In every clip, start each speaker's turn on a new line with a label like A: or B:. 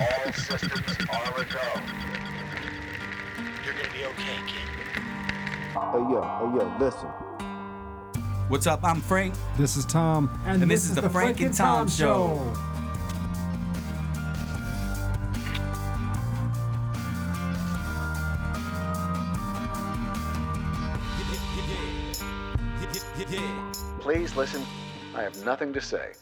A: All systems are a go. You're gonna be okay, kid.
B: Hey yo, hey yo, listen.
C: What's up? I'm Frank.
D: This is Tom.
C: And this is the Frank and Tom Show.
A: Please listen. I have nothing to say.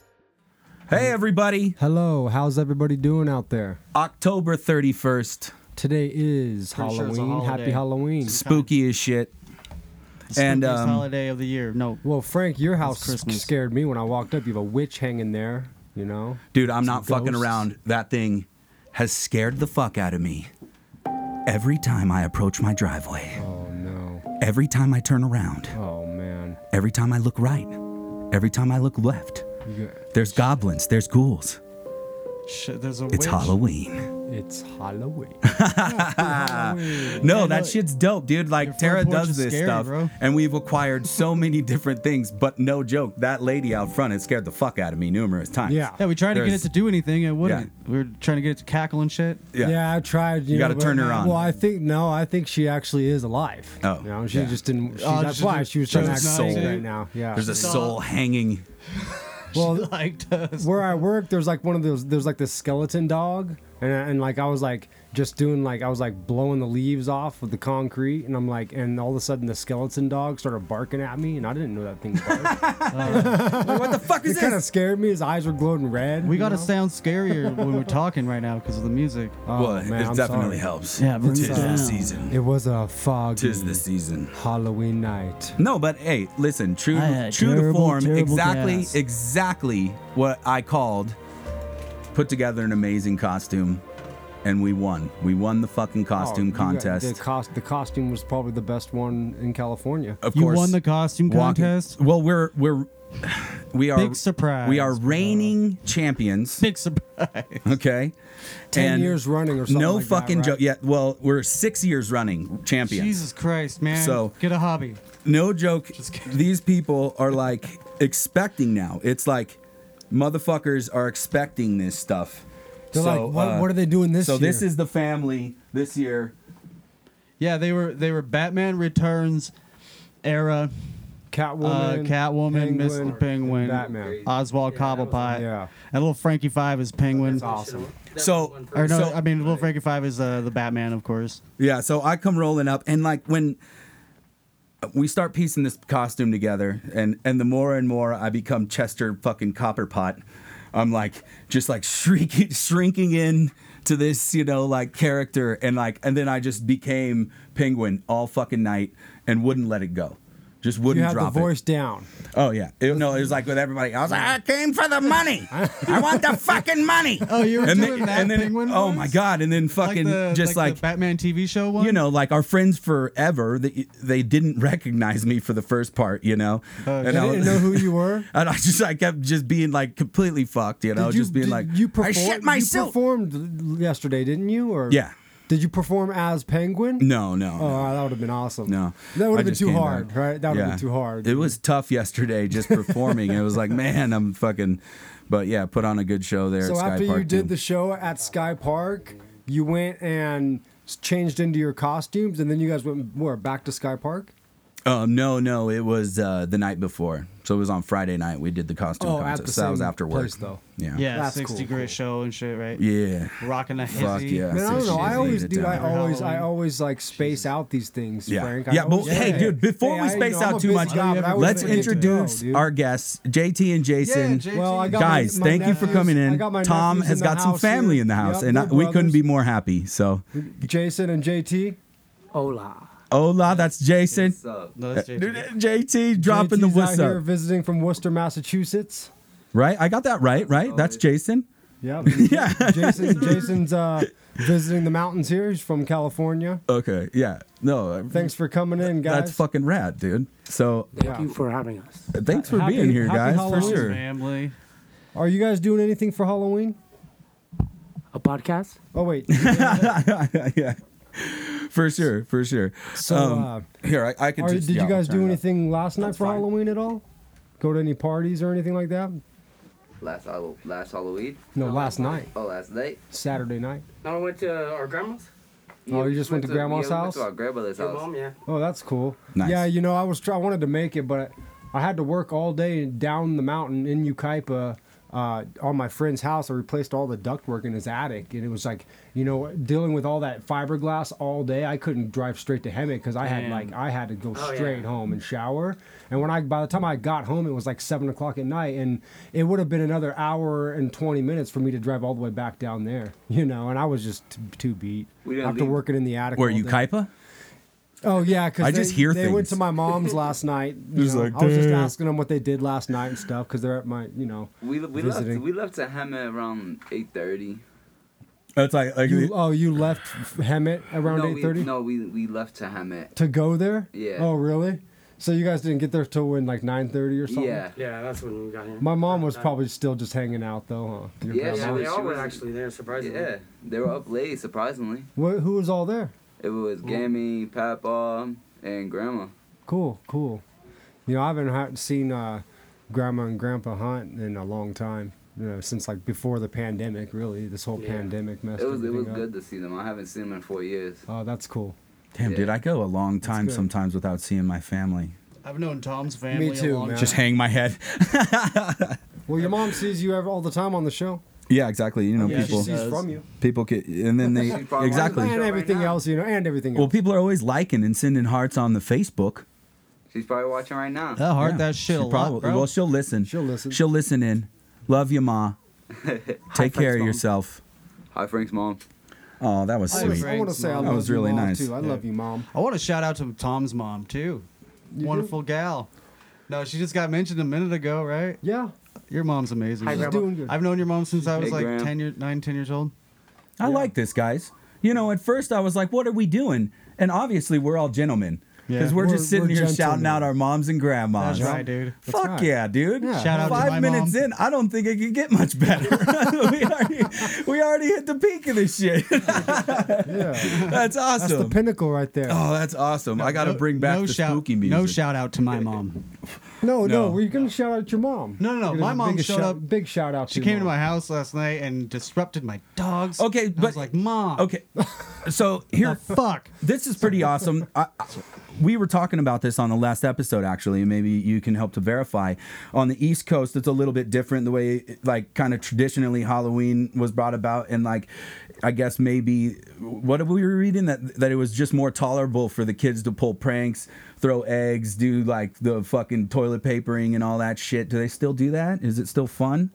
C: Hey, everybody.
D: Hello, how's everybody doing out there?
C: October 31st.
D: Today is
E: Pretty sure it's a
D: Halloween. Happy
E: holiday.
D: Halloween.
C: Spooky as shit.
E: The
C: And,
E: spookiest
C: um,
E: holiday of the year. No,
D: Well, Frank, your house
E: Christmas.
D: scared me when I walked up. You have a witch hanging there, you know?
C: Dude, I'm not
D: Some
C: fucking
D: ghosts.
C: around. That thing has scared the fuck out of me. Every time I approach my driveway,
D: Oh, no.
C: every time I turn around,
D: Oh, man.
C: every time I look right, every time I look left,
D: You
C: there's goblins, there's ghouls.
E: sh- there's a
C: It's
E: witch.
C: Halloween.
D: got- it's Halloween.
C: Uh, No,
E: Yeah,
C: that
E: no,
C: shit's dope, dude. Like
E: front
C: Tara
E: porch
C: does
E: is
C: this
E: scary,
C: stuff,
E: bro.
C: and we've acquired so many different things. But no joke, that lady out front has scared the fuck out of me numerous times.
D: Yeah.
E: Yeah, we tried to get
C: There's-
E: it to do anything. It wouldn't. We were trying to get it to cackle and shit.
C: Yeah.
D: Yeah. I tried. You,
C: You
D: know,
C: gotta
D: but-
C: turn her on.
D: Well, I think no, I think she actually is alive.
C: Oh,
D: you know, she
C: yeah.
D: just didn't. She,
E: Oh,
D: that's
E: she
D: why
E: just-
D: she was
E: she
D: trying to act
C: just
D: sick
C: sold.
D: right now. Yeah,
C: There's a soul hanging.
D: well,
E: Like does.
D: where I work, there's like one of those. There's like the skeleton dog, and and like I was like just doing like I was like blowing the leaves off of the concrete, and I'm like, and all of a sudden the skeleton dog started barking at me, and I didn't know that thing barked.
E: Uh,
C: what the fuck is
D: it kind of
C: this?
D: scared me. His eyes were glowing red.
E: We
D: you
E: gotta
D: know?
E: sound scarier when we're talking right now because of the music.
D: Oh,
C: well,
D: man,
C: it
D: I'm
C: definitely
D: sorry.
C: helps.
E: Yeah, bring
C: tis
E: it
C: the
E: down.
C: season.
D: It was a foggy
C: Tis the season.
D: Halloween night.
C: No, but hey, listen, true,
E: I had
C: true to
E: terrible,
C: form,
E: terrible
C: exactly,
E: gas.
C: exactly what I called. Put together an amazing costume, and we won. We won the fucking
D: Oh,
C: costume
D: you got-
C: contest.
D: The, cost, the costume was probably the best one in California.
C: of
E: You
C: course,
E: won the costume
C: walking-
E: contest.
C: Well, we're we're we are
E: Big surprise,
C: We are
E: bro.
C: reigning champions.
E: Big surprise.
C: Okay,
D: Ten
C: And
D: years running or something.
C: No
D: like that,
C: fucking
D: right?
C: joke. Yeah, well, we're six years running champions.
E: Jesus Christ, man.
C: So-
E: get a hobby.
C: No joke.
E: kidding.
C: These people are like expecting now. It's like motherfuckers are expecting this stuff.
D: They're
C: So,
D: like, what,
C: uh,
D: what are they doing this
C: So
D: year?
C: this is the family this year.
E: Yeah, they were they were Batman Returns era.
D: Catwoman,
E: uh, Catwoman,
D: Penguin,
E: Mr. Penguin, Uh,
D: and Batman.
E: Oswald Cobblepot,
D: Yeah.
E: and little Frankie Five is Penguin.
D: That's awesome.
C: So,
E: Or no,
C: so-
E: I mean, Little Frankie Five is uh, the Batman, of course.
C: Yeah, so I come rolling up, and like when we start piecing this costume together, and and the more and more I become Chester fucking Copperpot, I'm like just like shrieking, shrinking in to this, you know, like character, and like, and then I just became Penguin all fucking night and wouldn't let it go, just
D: You
C: wouldn't
D: have the
C: drop
D: voice
C: it.
D: down.
C: Oh yeah, it, no, it was like with everybody. I was like, I came for the money. I want the fucking money.
E: Oh, you were
C: and
E: doing
C: then,
E: that
C: and then,
E: Penguin
C: Oh
E: voice?
C: my god, and then fucking
E: the,
C: just
E: the Batman TV show one.
C: you know, like our friends forever, they, they didn't recognize me for the first part, you know, and,
D: They
C: I,
D: Uh, didn't
C: was-
D: know who you were.
C: and I just I kept just being like completely fucked, you know,
D: Did you-
C: just being
D: did
C: like
D: you
C: I
D: perform,
C: shit myself.
D: You performed yesterday, didn't you? Or
C: Yeah.
D: Did you perform as Penguin?
C: no, no,
D: Oh,
C: no,
D: that would have been awesome.
C: no.
D: That would
C: I
D: have been
C: just
D: too
C: came
D: hard,
C: back.
D: right? That would have
C: Yeah.
D: been too hard.
C: It was tough yesterday just performing. it was like, man, I'm fucking, but yeah, put on a good show there.
D: So
C: at Sky
D: after
C: Park
D: you did
C: too.
D: the show at Sky Park, you went and s- changed into your costumes, and then you guys went where back to Sky Park.
C: Um, no, no, it was uh, the night before. So it was on Friday night. We did the costume
D: Oh, at
C: contest.
D: the
C: so that was
D: same
C: after work,
D: place, though.
C: Yeah.
E: yeah,
D: That's
E: six
D: cool.
E: degree show and shit, right?
C: Yeah.
E: Rocking a hizzy.
C: Fuck yeah.
D: Man, I
C: so
D: don't know.
C: she
D: I
C: laid
D: always,
C: it
D: dude. I
C: down.
D: always, I
E: Halloween.
D: always like space out these things,
C: Yeah.
D: Frank. I
C: yeah, but
D: always
C: hey,
D: say,
C: dude, before
D: hey,
C: we
D: I- you
C: space
D: know, I'm a
C: out too
D: busy
C: much,
D: guy, but I always
C: let's
D: forget to
C: introduce
D: go, dude.
C: our guests, JT and Jason.
E: JT.
D: Well, I got
C: Guys,
D: my- my
C: thank you for
D: nephews-
C: coming in.
D: I got my
C: Tom
D: nephews
C: has
D: in
C: got
D: the
C: some
D: house
C: family
D: here.
C: in the house,
D: Yep,
C: and I,
D: they're
C: we couldn't
D: brothers.
C: be more happy. So,
D: Jason and JT.
F: Hola.
C: hola, that's Jason.
E: No, that's JT.
C: Dude, JT dropping the
D: JT's
C: what's
D: out here
C: up.
D: visiting from Worcester, Massachusetts.
C: Right? I got that right, right? That's Jason.
D: Yeah.
C: Yeah.
D: Jason, Jason's uh, visiting the mountains here. He's from California.
C: Okay. Yeah. No.
D: Thanks for coming in, guys.
C: That's fucking rad, dude. So,
F: Thank you for having us.
C: thanks for
D: Happy-
C: being here,
D: happy
C: guys, for
D: Halloween.
C: sure.
E: Family.
D: Are you guys doing anything for Halloween?
F: A podcast?
D: Oh wait.
C: yeah. For sure, for sure.
D: So,
C: Um,
D: uh,
C: here, I, I could
D: Are,
C: just.
D: did
C: yeah,
D: you
C: I'll
D: guys
C: turn
D: do
C: it up.
D: anything last night for
F: fine.
D: Halloween at all? Go to any parties or anything like that?
G: last Hall- last Halloween.
D: No, last night,
G: Oh, last night.
D: Saturday night.
F: No, I went to our grandma's.
D: Oh, you just went to grandma's
G: yeah, we
D: house?
G: Went to our grandmother's
F: Your
G: house.
F: mom, yeah.
D: Oh, that's cool.
C: Nice.
D: Yeah, you know, I was try- I wanted to make it, but I had to work all day down the mountain in Ukaipa. Uh, on my friend's house, I replaced all the ductwork in his attic, and it was like, you know, dealing with all that fiberglass all day. I couldn't drive straight to Hemet because I had
E: Damn.
D: like I had to go
F: Oh, yeah.
D: straight home and shower. And when I by the time I got home, it was like seven o'clock at night, and it would have been another hour and twenty minutes for me to drive all the way back down there, you know. And I was just t- too beat
G: We didn't
D: after
G: leave-
D: working in the attic.
C: Where
D: all
C: you
D: day.
C: Kaipa?
D: Oh yeah, because
C: I just hear
D: they went
C: things.
D: to my mom's last night. you
C: Just
D: know.
C: like,
D: I was just
C: "Damn."
D: asking them what they did last night and stuff because they're at my, you know,
G: We we
D: visiting.
G: left we left to Hema around eight thirty.
C: That's like, like
D: you, oh, you left Hemet around
G: no,
D: eight thirty
G: We, no, we we left to Hemet.
D: to go there.
G: Yeah.
D: Oh really? So you guys didn't get there till when like nine thirty or something.
G: Yeah.
F: Yeah, that's when we got here.
D: My mom was
F: Uh,
D: probably still just hanging out though, huh? Your
G: Yeah,
D: grandma?
F: Yeah,
G: She
F: they
G: was-
F: all
G: she
F: were
G: was-
F: actually there, surprisingly.
G: Yeah, they were up late. Surprisingly,
D: Wha- who was all there?
G: it was Gammy, Papa, and Grandma.
D: Cool, cool. You know, I haven't ha- seen uh, Grandma and Grandpa Hunt in a long time. You know, since like before the pandemic, really. This whole
F: Yeah.
D: pandemic messed.
G: It was it
D: everything
G: was
D: up.
G: good to see them. I haven't seen them in four years.
D: Oh, that's cool.
C: damn, dude, I go a long time
D: good.
C: sometimes without seeing my family.
E: I've known Tom's family a
D: too,
E: long
D: man.
E: time.
C: Just hang my head.
D: Well, your mom sees you every, all the time on the show.
C: yeah, exactly. You know,
E: Yeah,
C: people
D: she sees
E: does.
D: from you.
C: people get, and then they
G: She's probably-
C: exactly.
G: Show
D: And
G: right
D: everything
G: now.
D: else, you know, and everything
C: Well,
D: else.
C: people are always liking and sending hearts on the Facebook.
G: She's probably watching right now.
E: That heart
C: Yeah.
E: that shit
C: She
E: a lot,
C: probably-
E: bro.
C: Well, she'll listen.
D: She'll listen.
C: She'll listen in. Love you, ma. Take care of
F: Mom.
C: yourself.
G: Hi, Frank's mom.
C: Oh, that was
E: Hi,
D: I wanna-
C: sweet.
E: Frank.
D: I want to say I
E: That
D: love
C: was
D: you,
C: really
D: Mom,
C: nice.
D: Too. I love you, mom.
E: I want to shout out to Tom's mom too. Wonderful gal. No, she just got mentioned a minute ago, right?
D: Yeah,
E: Your mom's amazing.
F: Hi,
E: though.
D: she's
F: Grandma.
D: doing good.
E: I've known your mom since I was
G: Hey,
E: like
G: Graham.
E: ten year, nine, ten years old.
C: I like this, guys. You know, at first I was like, what are we doing? And obviously, we're all gentlemen. Because
E: Yeah.
C: we're,
D: We're-
C: just sitting
D: we're
C: here shouting
D: gentlemen.
C: out our moms and grandmas.
E: That's right, dude.
D: That's
C: Fuck
D: right.
C: yeah, dude.
D: Yeah.
E: Shout out to
C: Five
E: my
C: minutes
E: mom.
C: in, I don't think it could get much better. we, already, we already hit the peak of this shit.
D: Yeah,
C: that's
D: that's the
C: awesome.
D: pinnacle right there.
C: oh, that's awesome. I got to
E: No-
C: bring back
E: no
C: the
E: shout,
C: spooky music.
E: No shout out to my mom.
D: no, no,
C: no.
D: we're gonna shout out your mom.
E: No, no, no,
D: You're gonna
E: my
D: give
E: mom
D: a
E: showed
D: shout-
E: up-
D: Big shout out.
E: She
D: to
E: came
D: your
E: to
D: mom.
E: my house last night and disrupted my dogs.
C: Okay,
E: And I
C: but-
E: was like, mom.
C: Okay, so here,
E: Fuck.
C: this is pretty awesome. I, I- we were talking about this on the last episode, actually, and maybe you can help to verify. On the East Coast, it's a little bit different the way, like, kind of traditionally Halloween was brought about, and like, I guess maybe what we were reading that that it was just more tolerable for the kids to pull pranks, throw eggs, do like the fucking toilet papering and all that shit. Do they still do that? Is it still fun?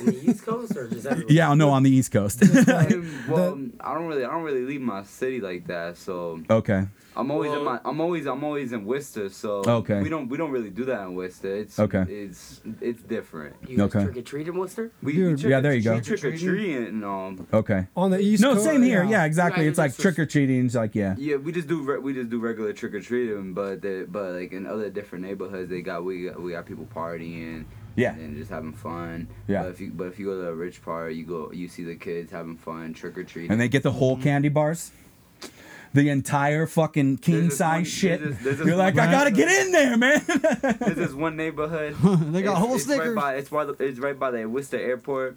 F: In the East Coast or just everywhere?
C: Yeah, no, on the East Coast.
G: Um, well, I don't really I don't really leave my city like that, so
C: okay.
G: I'm always in
F: Well-
G: my I'm always I'm always in Worcester, so
C: Okay.
G: we don't we don't really do that in Worcester. It's
C: Okay.
G: It's it's different.
F: You guys
C: Okay.
F: trick or treat in Worcester?
G: We,
D: Dude.
G: we
C: Yeah, there you go.
G: Trick or treating and um.
C: Okay.
D: on the east.
C: No,
D: Coast,
C: same here. Yeah, exactly.
F: Yeah,
C: It's like
F: it's just-
C: trick or treating. It's like yeah.
G: Yeah, we just do re- we just do regular trick or treating, but the, but like in other different neighborhoods, they got we got, we got people partying,
C: Yeah.
G: and just having fun.
C: Yeah.
G: but if you but if you go to a rich part, you go you see the kids having fun trick or treating.
C: and they get the whole
D: Mm-hmm.
C: candy bars. The entire fucking king
G: this one-
C: size shit.
G: there's this- there's this
C: You're like,
G: one-
C: I gotta get in there, man.
G: There's this one neighborhood.
E: They got
G: it's,
E: whole
G: it's
E: Snickers.
G: Right by, it's, by the, it's right by the Worcester Airport.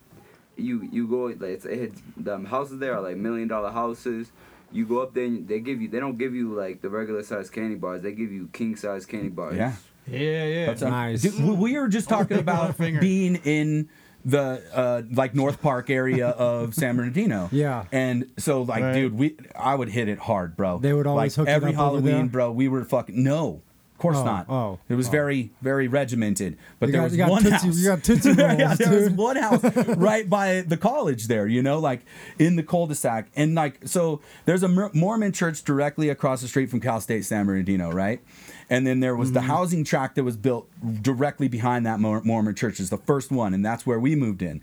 G: You you go like it's, it's the houses there are like million dollar houses. You go up there and they give you they don't give you like the regular size candy bars. They give you king size candy bars.
C: Yeah.
E: Yeah, yeah.
C: That's
D: Nice.
C: Dude, we- we were just talking about
E: finger.
C: being in the uh, like North Park area of San Bernardino.
D: Yeah.
C: And so like,
E: Right.
C: dude, we I would hit it hard, bro.
D: They would always
C: like,
D: hook it
C: every
D: up over
C: Halloween,
D: there?
C: bro. We were fucking no. Of course
D: Oh,
C: not.
D: oh,
C: it was
D: oh.
C: very, very regimented. But
D: You
C: there
D: got-
C: was
D: you got
C: one
D: Tootsie-
C: house.
D: you got Tootsie
C: yeah,
D: Rolls,
C: there was
D: dude.
C: one house right by the college there. You know, like in the cul-de-sac, and like so. There's a Mer- Mormon church directly across the street from Cal State San Bernardino, right? And then there was
E: Mm-hmm.
C: the housing tract that was built directly behind that Mor- Mormon church. Is the first one, and that's where we moved in.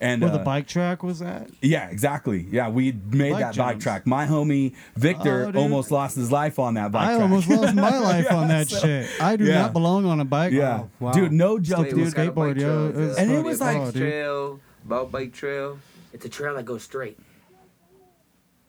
C: And
E: Where
C: uh,
E: the bike track was at?
C: yeah, exactly. Yeah, we made
E: Bike
C: that bike
E: jumps.
C: track. My homie Victor
E: Oh, dude.
C: almost lost his life on that bike
E: I
C: track.
E: almost lost my life on that shit. I do
C: yeah.
E: not belong on a bike. Oh,
C: yeah,
D: wow.
C: dude, no joke,
G: Wait,
C: dude.
G: what kind
E: skateboard,
G: of bike
E: yo.
G: trail is
E: It was
G: that?
C: And it was
G: Bike
C: like-
G: trail, about bike trail.
F: It's a trail that goes straight.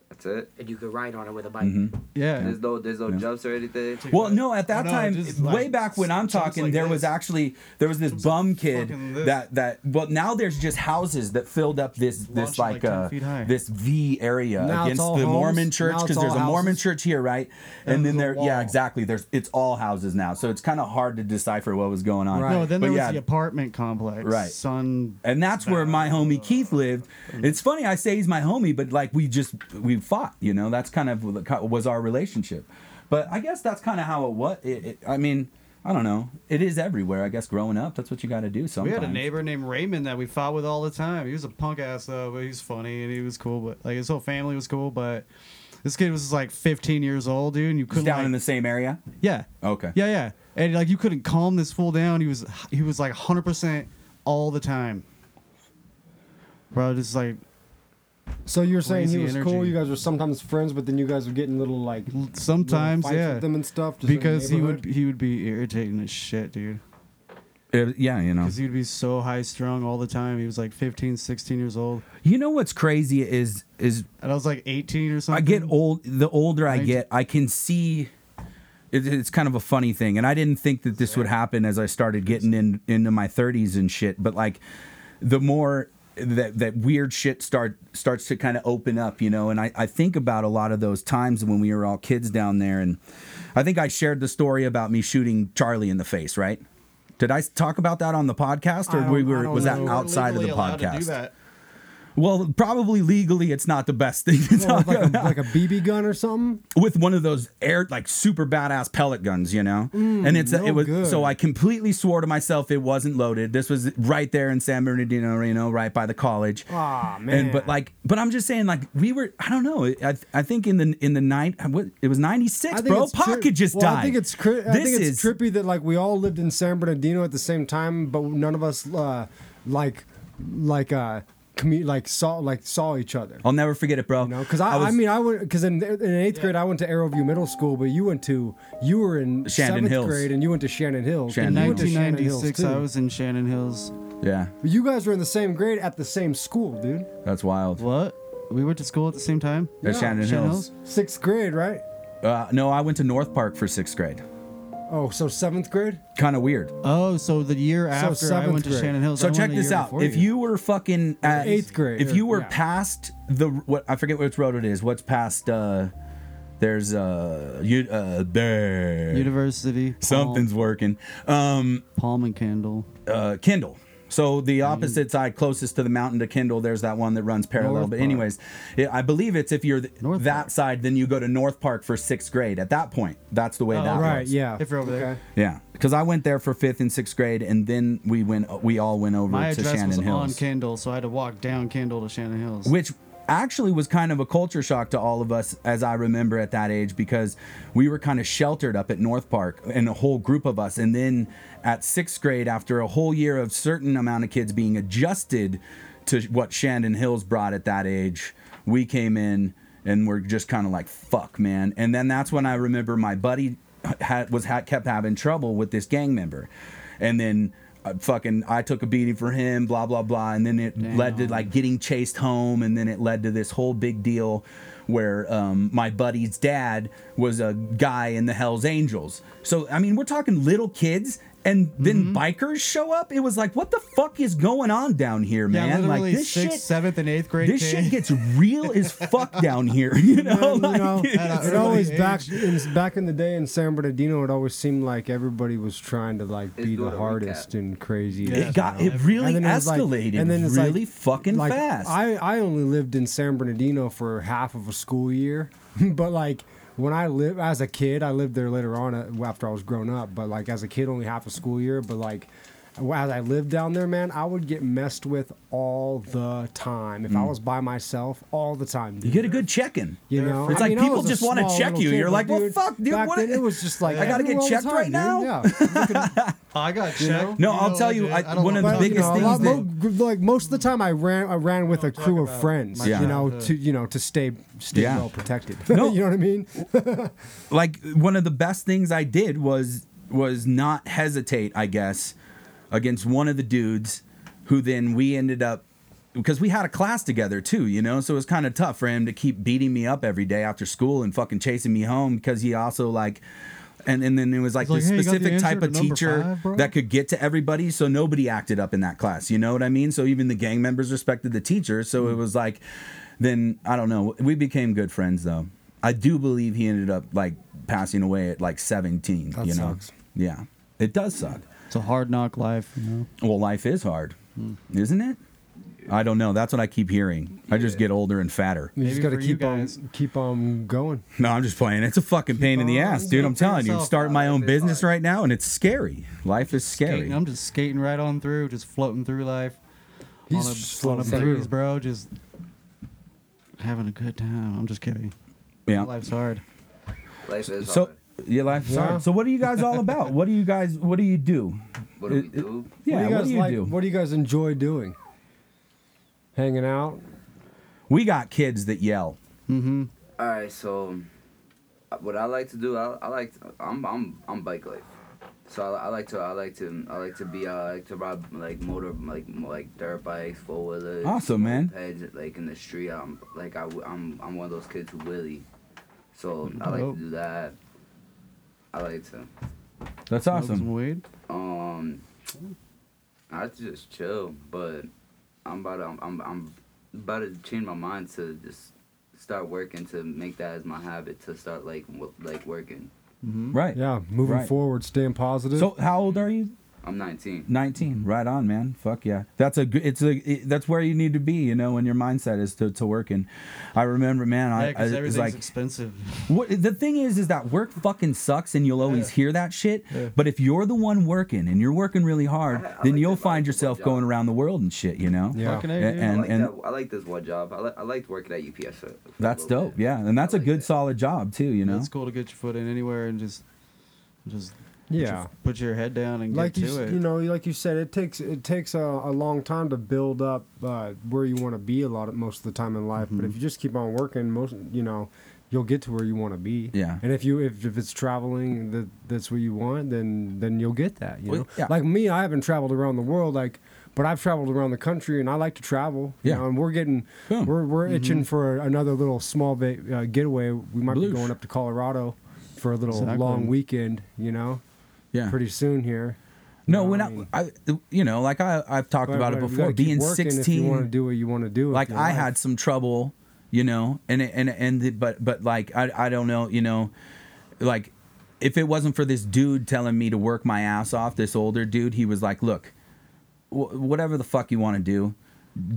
G: That's it.
F: and you could ride on it with a bike.
E: Yeah.
G: There's no there's no jumps or anything.
C: Well, no, at that
E: No,
C: time,
E: just
C: way
E: like
C: back when I'm
E: jumps
C: talking,
E: like
C: there
E: this.
C: was actually there was this bum kid
E: fucking this.
C: that that. Well, now there's just houses that filled up this this
E: Launching
C: like,
E: like 10
C: uh
E: feet high.
C: this V area
D: Now it's
C: against the
D: all homes.
C: Mormon
D: Now
C: church
D: it's
C: because
D: all
C: there's a Mormon
D: houses.
C: church here, right? And,
E: And
C: then there,
E: there's a
C: yeah,
E: wall.
C: exactly. There's it's all houses now, so it's kind of hard to decipher what was going on.
D: Right.
E: No, then
C: But
E: there was
C: yeah,
E: the apartment complex.
C: Right.
E: Sun.
C: and that's where my homie Keith lived. It's funny I say he's my homie, but like we just we fought, you know. That's kind of what was our relationship. But I guess that's kind of how it was. It, it, I mean, I don't know. It is everywhere. I guess growing up, that's what you got to do.
E: We
C: Sometimes
E: had a neighbor named Raymond that we fought with all the time. He was a punk ass though, but he's funny and he was cool. But like his whole family was cool. But this kid was like 15 years old, dude, and you
C: Just
E: couldn't.
C: down
E: like-
C: in the same area.
E: Yeah.
C: Okay.
E: Yeah, yeah. And like you couldn't calm this fool down. He was he was like 100% all the time. Bro, just like
D: So you were saying he was
E: Crazy
D: cool.
E: energy.
D: You guys were sometimes friends, but then you guys were getting little like little
E: sometimes
D: fights
E: yeah.
D: with them and stuff. just in the
E: because he would
D: neighborhood?
E: he would be irritating as shit, dude.
C: It- yeah, you know.
E: Cuz he would be so high strung all the time. He was like 15, 16 years old.
C: You know what's crazy is is
E: And I was like 18 or something.
C: I get old. The older I
E: Mm-hmm. Right.
C: get, I can see. It, it's kind of a funny thing, and I didn't think that this would happen as I started getting in into my 30s and shit. But like, the more that that weird shit start starts to kind of open up, you know. And I I think about a lot of those times when we were all kids down there, and I think I shared the story about me shooting Charlie in the face, right? Did I talk about that on the podcast,
E: I
C: or
E: don't-
C: we
E: I
C: were
E: don't
C: was that
E: know.
C: outside of the
E: Legally allowed to do
C: podcast?
E: that.
C: Well, probably legally, it's not the best thing to
D: Well,
C: talk
D: with, like, a,
C: about
D: like a BB gun or something.
C: with one of those air like super badass pellet guns, you know. and it's it was
D: Mm, good.
C: so I completely swore to myself it wasn't loaded. This was right there in San Bernardino, Reno, right by the college.
D: Aw,
C: And but
D: man.
C: like, but I'm just saying, like, we were. I don't know. I, I think in the in the nine, what it was 96, bro.
D: tri-
C: Pocket just
D: well,
C: died.
D: I think it's cri- I
C: This
D: think it's
C: is-
D: trippy that like we all lived in San Bernardino at the same time, but none of us uh, like like uh commu- like saw like saw each other.
C: I'll never forget it, bro.
D: You know, because I, I,
C: was-
D: mean I went because in, in eighth grade I went to Arrowview Middle School, but you went to you were in
C: Shannon
D: seventh
C: Hills.
D: grade and you went to Shannon Hills.
C: Shannon
E: In
D: and you
C: Hills.
D: went to Shannon Hills,
E: 1996 I
D: too.
E: was in Shannon Hills.
C: yeah,
D: But you guys were in the same grade at the same school, dude.
C: that's wild.
E: What? We went to school at the same time?
C: At Shannon
E: Shannon
C: Hills.
D: Sixth grade, right?
C: Uh, no, I went to North Park for sixth grade.
D: Oh, so seventh grade?
C: Kind of weird.
E: Oh, so the year after I
D: seventh
E: went to
D: grade.
E: Shannon Hills. I
C: So
E: went
C: check
E: a
C: this
E: year
C: out.
E: before
C: If you were fucking at
D: Eighth grade,
C: if you
D: or-
C: were
D: yeah.
C: past the what I forget which road it is. What's past? uh There's uh you uh there
E: University.
C: something's working. Um,
E: Palm, Palm and Kendall.
C: uh, Kindle. So the opposite side, closest to the mountain to Kindle, there's that one that runs parallel.
E: North
C: but
E: Park.
C: anyways, yeah, I believe it's if you're th-
E: North
C: that
E: Park.
C: side, then you go to North Park for sixth grade. At that point, that's the
E: Oh,
C: way that
D: Right.
C: was.
D: Yeah.
E: If you're over there.
C: yeah. Because I went there for fifth and sixth grade, and then we went, we all went over
E: My
C: to
E: address
C: Shannon
E: was
C: Hills.
E: on Kendall, so I had to walk down Kendall to Shannon Hills.
C: which actually was kind of a culture shock to all of us as i remember at that age because we were kind of sheltered up at north park and a whole group of us and then at sixth grade after a whole year of certain amount of kids being adjusted to what shandon hills brought at that age we came in and we're just kind of like fuck man and then that's when i remember my buddy had was had kept having trouble with this gang member and then uh, fucking i took a beating for him blah blah blah and then it led to
E: Damn.
C: like getting chased home and then it led to this whole big deal where um, my buddy's dad was a guy in the hells angels so i mean we're talking little kids and then
E: Mm-hmm.
C: bikers show up it was like what the fuck is going on down here
E: yeah,
C: man like
E: literally
C: this
E: sixth,
C: shit
E: seventh, and eighth grade.
C: this shit
E: kid.
C: gets real as fuck down here you know,
D: And, you
C: like,
D: know,
E: at an
D: it always
E: early
D: back in, back in the day in San Bernardino, it always seemed like everybody was trying to like
G: It's
D: be the
G: doing a
D: hardest
G: recap.
D: and crazy.
E: Yeah.
C: it got it really
D: And then it was like-
C: escalated
D: and then it's like-
C: really fucking
D: like,
C: fast
D: I, I only lived in San Bernardino for half of a school year, but like when I live as a kid, I lived there later on uh, after I was grown up. But like as a kid, only half a school year. But like as I lived down there, man, I would get messed with all the time if I was by myself all the
C: Mm.
D: time.
C: you
D: Dude.
C: get a good check-in
D: You know,
C: it's
D: I
C: like
D: mean, I
C: people
D: was a
C: just want to
D: small
C: check
D: little
C: you.
D: kid,
C: You're
D: but
C: like, well,
D: dude,
C: fuck, dude.
D: Back
C: What?
D: then, it was just like
C: I gotta get
D: everywhere all the
C: checked
D: time,
C: right
D: dude.
C: now?
D: Yeah.
E: Oh, I got checked.
D: know?
C: No, I'll tell you, I- one of the
D: But, you
C: biggest
D: know, a
C: things
D: lot-
C: that-
D: mo- like most of the time, I ran I ran with a crew of friends,
C: Yeah.
D: you know, to you know to stay stay
C: Yeah.
D: well protected.
C: No.
D: you know what I mean?
C: like one of the best things I did was was not hesitate, I guess, against one of the dudes who then we ended up because we had a class together too, you know. So it was kind of tough for him to keep beating me up every day after school and fucking chasing me home because he also like. And, and then it was like
E: He's like, "Hey,
C: this
E: you got the
C: specific
E: answer
C: type
E: to
C: of
E: number
C: teacher
E: five, bro?"
C: that could get to everybody, so nobody acted up in that class. You know what I mean? So even the gang members respected the teacher. So it was like, then I don't know. We became good friends though. I do believe he ended up like passing away at like 17.
D: That
C: you know?
D: sucks.
C: Yeah, it does suck.
E: It's a hard knock life, you know.
C: Well, life is hard, isn't it? I don't know. That's what I keep hearing. I just get older and fatter.
D: You just
E: Maybe
D: got to
E: for you
D: keep on
E: guys.
D: keep on going.
C: No, I'm just playing. It's a fucking pain in the
E: on-
C: ass, dude. I'm
E: Keep
C: telling you. I'm
E: yourself
C: starting my
G: out of
C: own
G: it.
C: business right now, and it's scary. Life is
E: Skating-
C: scary.
E: I'm just skating right on through, just floating through life.
D: He's
E: on a, on
D: floating
E: a
D: through.
E: breeze, bro. Just having a good time. I'm just kidding.
C: Yeah.
E: Life's hard.
G: Life is
C: So
G: hard.
C: yeah, life.
D: Yeah.
C: hard. So what are you guys all about? What do you guys? What do you do?
G: What do we do?
C: Yeah.
D: what do you guys like?
C: do?
D: What do you guys enjoy doing? Hanging out.
C: We got kids that yell.
G: All right, so uh, what I like to do, I, I like to, I'm I'm I'm bike life. So I, I like to I like to I like to be I like to ride like motor like mo- like dirt bikes, four wheelers.
C: Awesome, man.
G: Mopeds, like in the street, I'm like I am I'm one of those kids who willy. So I like to
E: Dope.
G: do that. I like to
C: That's
E: Smoke some
C: awesome.
E: weed.
G: um I like to just chill, but I'm about to I'm I'm, I'm about to change my mind to just start working to make that as my habit to start like w- like working.
C: Right.
D: Yeah, moving
C: Right.
D: forward, staying positive.
C: So how old are you?
G: I'm
C: Mm,
G: 19.
C: 19 right on man fuck yeah that's a good it's a it- that's where you need to be you know when your mindset is to, to work and i remember man
E: Yeah,
C: i, I
E: because
C: it
E: everything's
C: was like
E: expensive.
C: what the thing is is that work fucking sucks and you'll always hear that shit but if you're the one working and you're working really hard
G: I- I
C: then
G: like
C: you'll
G: that
C: find
G: mindset,
C: yourself
G: good
C: going
G: job.
C: around the world and shit you know
D: Yeah.
E: Fucking
C: A-
E: A, dude.
C: and
G: I
C: and,
G: like that. I like this one job. I, li- I liked working at UPS. For, for a
C: that's
G: little
C: dope
G: bit.
C: yeah and that's
G: I
C: a
G: like
C: good
G: that.
C: solid job too you know
E: It's cool to get your foot in anywhere and just just
D: yeah,
E: put your head down and
D: like
E: get
D: you,
E: to
D: s-
E: it.
D: you know, like you said, it takes it takes a, a long time to build up uh, where you want to be. A lot of most of the time in life, but
C: Mm-hmm.
D: if you just keep on working, most you know, you'll get to where you want to be.
C: Yeah.
D: and if you if, if it's traveling that that's what you want, then then you'll get that. You
C: Well,
D: know,
C: yeah.
D: like me, I haven't traveled around the world like. But I've traveled around the country, and I like to travel. you
C: Yeah.
D: know, and we're getting,
C: Boom. Mm-hmm.
D: we're, we're itching for another little small va- uh, getaway. We might
C: Bloosh.
D: be going up to Colorado for a little
E: Exactly.
D: long weekend. You know,
C: yeah
D: pretty soon here.
C: no
D: know
C: when
D: what
C: I,
D: I mean?
C: I you know like i i've talked about it
D: Right, right. You
C: before
D: gotta keep
C: being
D: working if you
C: 16
D: want to do what you want to do. with
C: like
D: your
C: I
D: life.
C: had some trouble, you know, and it- and and the, but but like I I don't know, you know, like if it wasn't for this dude telling me to work my ass off, this older dude, he was like, look, wh- whatever the fuck you want to do,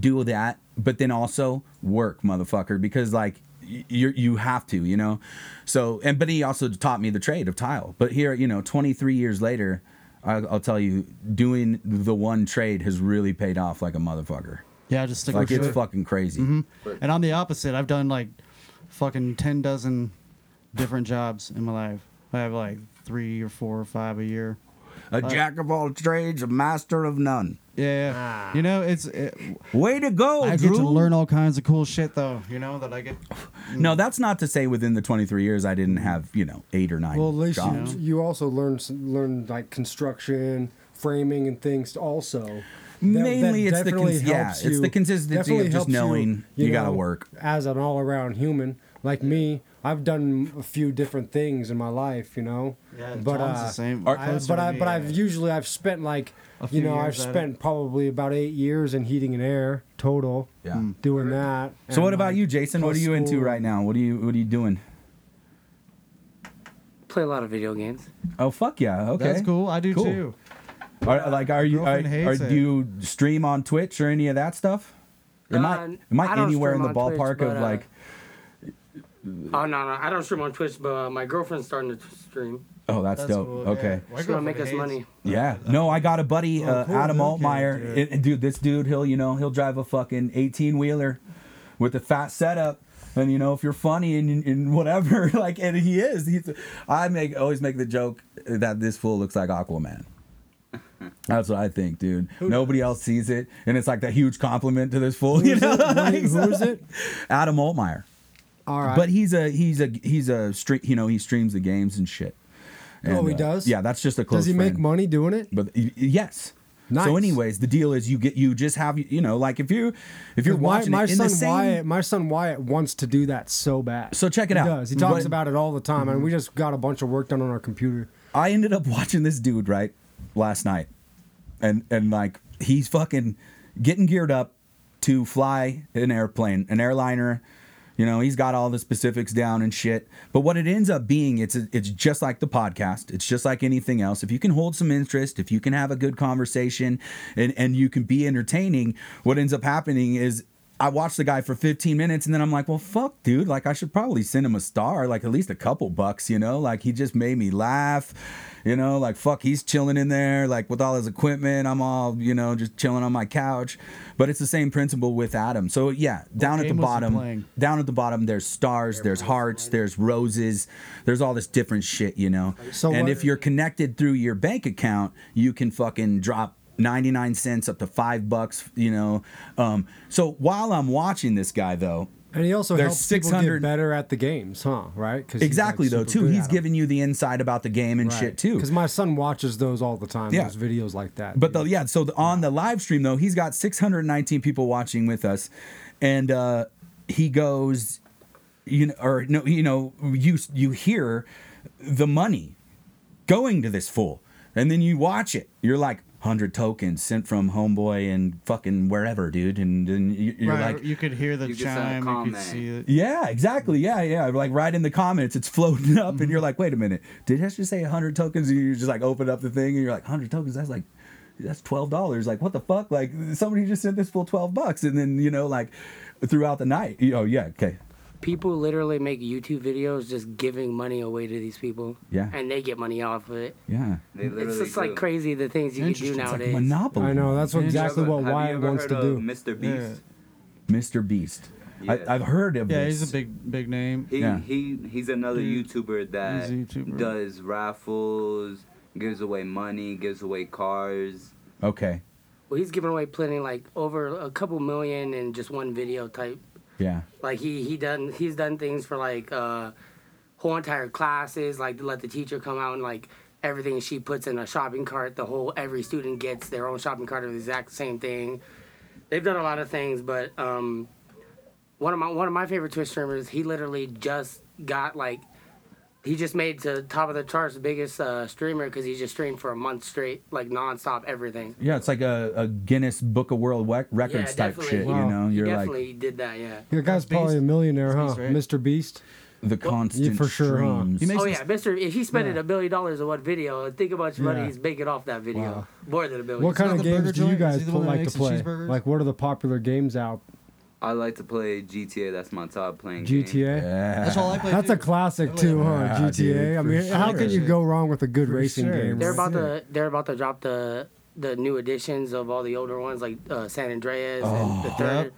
C: do that, but then also work, motherfucker, because like you you have to, you know. So and but he also taught me the trade of tile. But here, you know, 23 years later. I'll I'll tell you, doing the one trade has really paid off like a motherfucker.
E: yeah, just stick
C: Like
E: with
C: it's
E: it.
C: fucking crazy.
E: Mm-hmm. And I'm the opposite. I've done like fucking ten dozen different jobs in my life. I have like three or four or five a year.
C: A
E: Uh,
C: jack of all trades, a master of none.
E: Yeah, yeah.
G: Ah.
E: you know it's. It,
C: Way to go,
E: I
C: Drew.
E: get to learn all kinds of cool shit though. You know that I get.
C: No, that's not to say within the 23 years I didn't have, you know, eight or nine
D: Well, at least
C: jobs.
D: you, you also learned s- learned like construction, framing, and things also. That-
C: Mainly it's the
D: definitely
C: cons- yeah,
D: helps
C: it's the consistency of
D: definitely
C: just
D: helps
C: knowing you gotta
D: know,
C: work.
D: as an all around human like me. I've done a few different things in my life, you know.
E: Yeah,
D: but
E: Tom's
D: uh,
E: the same.
D: I-
E: Closer
D: but
E: to
D: I
E: me,
D: but
E: yeah.
D: I've usually I've spent like
E: A
D: you
E: few
D: know I've
E: years at it.
D: spent probably about eight years in heating and air total.
C: Yeah.
E: Hmm.
C: Mm.
D: Doing that.
C: So
D: and,
C: what about
D: like,
C: you, Jason? What are
D: plus
C: you into
D: school.
C: right now? What are you what are you doing?
F: Play a lot of video games.
C: Oh fuck yeah. Okay.
E: That's cool. I do too.
C: Are, like are you are,
E: Girlfriend
C: are
E: hates
C: do
E: it.
C: you stream on Twitch or any of that stuff? Am I
F: Uh,
C: am I,
F: I don't
C: anywhere in the
F: stream on Twitch,
C: ballpark of
F: but, uh,
C: like
F: Oh no, no, I don't stream on Twitch, but uh, my girlfriend's starting to t- stream.
C: Oh, that's,
E: That's
C: dope.
E: cool.
C: Okay.
E: Yeah.
F: She's gonna make us money.
C: Yeah. No, I got a
D: Oh,
C: buddy, uh,
E: cool.
C: Adam
E: Who can
C: Altmeyer.
E: do
C: It- it- dude, this dude, he'll you know he'll drive a fucking eighteen wheeler with a fat setup. And you know if you're funny and, and whatever, like and he is. He's, I make always make the joke that this fool looks like Aquaman. That's what I think, dude. Nobody else sees it, and it's like that huge compliment to this fool. you know,
D: Wait, who is it?
C: Adam Altmeyer.
D: All right.
C: But he's a he's a he's a stream. You know, he streams the games and shit.
D: Oh, he does?
C: Yeah, that's just a close.
D: does he make
C: friend.
D: money doing it?
C: But y- y- yes, So,
D: Nice.
C: anyways, the deal is you get you just have you know like if you if you're
D: my,
C: watching
D: my
C: it in
D: son
C: the same
D: Wyatt, my son Wyatt wants to do that so bad.
C: So check it
D: he
C: out.
D: Does. He talks
C: What- Mm-hmm.
D: about it all the time, and we just got a bunch of work done on our computer.
C: I ended up watching this dude right last night, and and like he's fucking getting geared up to fly an airplane, an airliner. You know, he's got all the specifics down and shit. But what it ends up being, it's it's just like the podcast. It's just like anything else. If you can hold some interest, if you can have a good conversation, and and you can be entertaining, what ends up happening is I watched the guy for 15 minutes and then I'm like, well, fuck, dude. Like, I should probably send him a star, like at least a couple bucks, you know? Like, he just made me laugh, you know? Like, fuck, he's chilling in there, like with all his equipment. I'm all, you know, just chilling on my couch. But it's the same principle with Adam. So, yeah, down at the
E: game was he
C: bottom,
E: playing?
C: down at the bottom, there's stars, there's hearts, there's roses, there's all this different shit, you know?
D: So
C: and
D: what-
C: if you're connected through your bank account, you can fucking drop 99 cents up to five bucks, you know. Um, so while I'm watching this guy, though,
D: And he also
C: There's
D: helps people
C: 600
D: get better at the games, huh? Right? 'Cause he's, like,
C: exactly, though,
D: super
C: too,
D: good
C: he's
D: at 'em.
C: giving you the insight about the game and shit, too.
D: Because my son watches those all the time.
C: Yeah.
D: Those videos like that.
C: But the, yeah, so the, on the live stream though, he's got 619 people watching with us, and uh, he goes, you know, or no, you know, you you hear the money going to this fool, and then you watch it. You're like. Hundred tokens sent from homeboy and fucking wherever, dude, and then you- you're
E: right,
C: like,
E: you could hear the
G: You could send a
E: chime, you could
G: comment.
E: see it.
C: yeah, exactly, yeah, yeah, like right in the comments, it's floating up, and
D: Mm-hmm.
C: you're like, wait a minute, did I just say hundred tokens? And you just like open up the thing, and you're like, hundred tokens, that's like, that's twelve dollars. Like, what the fuck? Like, somebody just sent this full twelve bucks, and then you know, like, throughout the night, you know, yeah, okay,
F: People literally make YouTube videos just giving money away to these people.
C: Yeah.
F: And they get money off of it.
C: yeah,
G: They literally
F: it's just
G: do.
F: like crazy the things you can do
E: Interesting. It's
C: like
F: nowadays.
C: monopoly.
D: I know that's what,
G: Have you
D: exactly
G: ever-
D: what
G: have you
D: Wyatt
G: ever
D: wants
G: heard
D: to
G: of
D: do.
G: Mr. Beast.
C: Mr. Beast.
G: Yeah.
C: I, I've heard of
E: Yeah,
C: this.
E: he's a big, big name.
G: He
C: Yeah.
G: he he's another
E: Dude,
G: YouTuber
E: he's
G: that
E: a YouTuber.
G: does raffles, gives away money, gives away cars.
C: Okay,
F: Well, he's giving away plenty, like over a couple million in just one video type.
C: yeah,
F: Like he he done he's done things for like uh whole entire classes, like to let the teacher come out and like everything she puts in a shopping cart, the whole every student gets their own shopping cart of the exact same thing. They've done a lot of things, but um one of my one of my favorite Twitch streamers, he literally just got like he just made to top of the charts biggest uh, streamer because he just streamed for a month straight, like nonstop everything.
C: yeah. It's like a, a Guinness Book of World Wec- Records type shit.
D: Wow.
C: You know,
F: He
C: you're
F: definitely
C: like
F: did that, yeah.
D: Your guy's probably a
E: Beast.
D: millionaire, huh?
E: Beast, right?
D: Mr. Beast.
C: the constant
D: for sure, huh?
C: streams.
E: He makes
F: Oh
E: mis-
F: yeah, Mister. If he spent it a billion dollars on one video, think about your
D: Yeah.
F: money he's making off that video.
D: Wow.
F: More than a billion.
D: What kind
E: not
D: of
E: the
D: games
E: burger
D: do you
E: joint? Is
D: guys
E: he the
D: pl-
E: one that
D: like to
E: makes the
D: play?
E: cheeseburgers?
D: Like, what are the popular games out?
C: Mm-hmm.
G: I like to play GTA. That's my top playing game.
D: GTA.
E: That's all I play.
D: That's a
E: too.
D: classic
E: Yeah,
D: too, huh?
C: Oh, dude,
D: GTA. I
C: for
D: mean, how
E: sure.
D: can you go wrong with a good
E: For
D: racing
E: sure.
D: game?
F: They're
D: right?
F: about to. They're about to drop the the new editions of all the older ones, like uh, San Andreas and the third,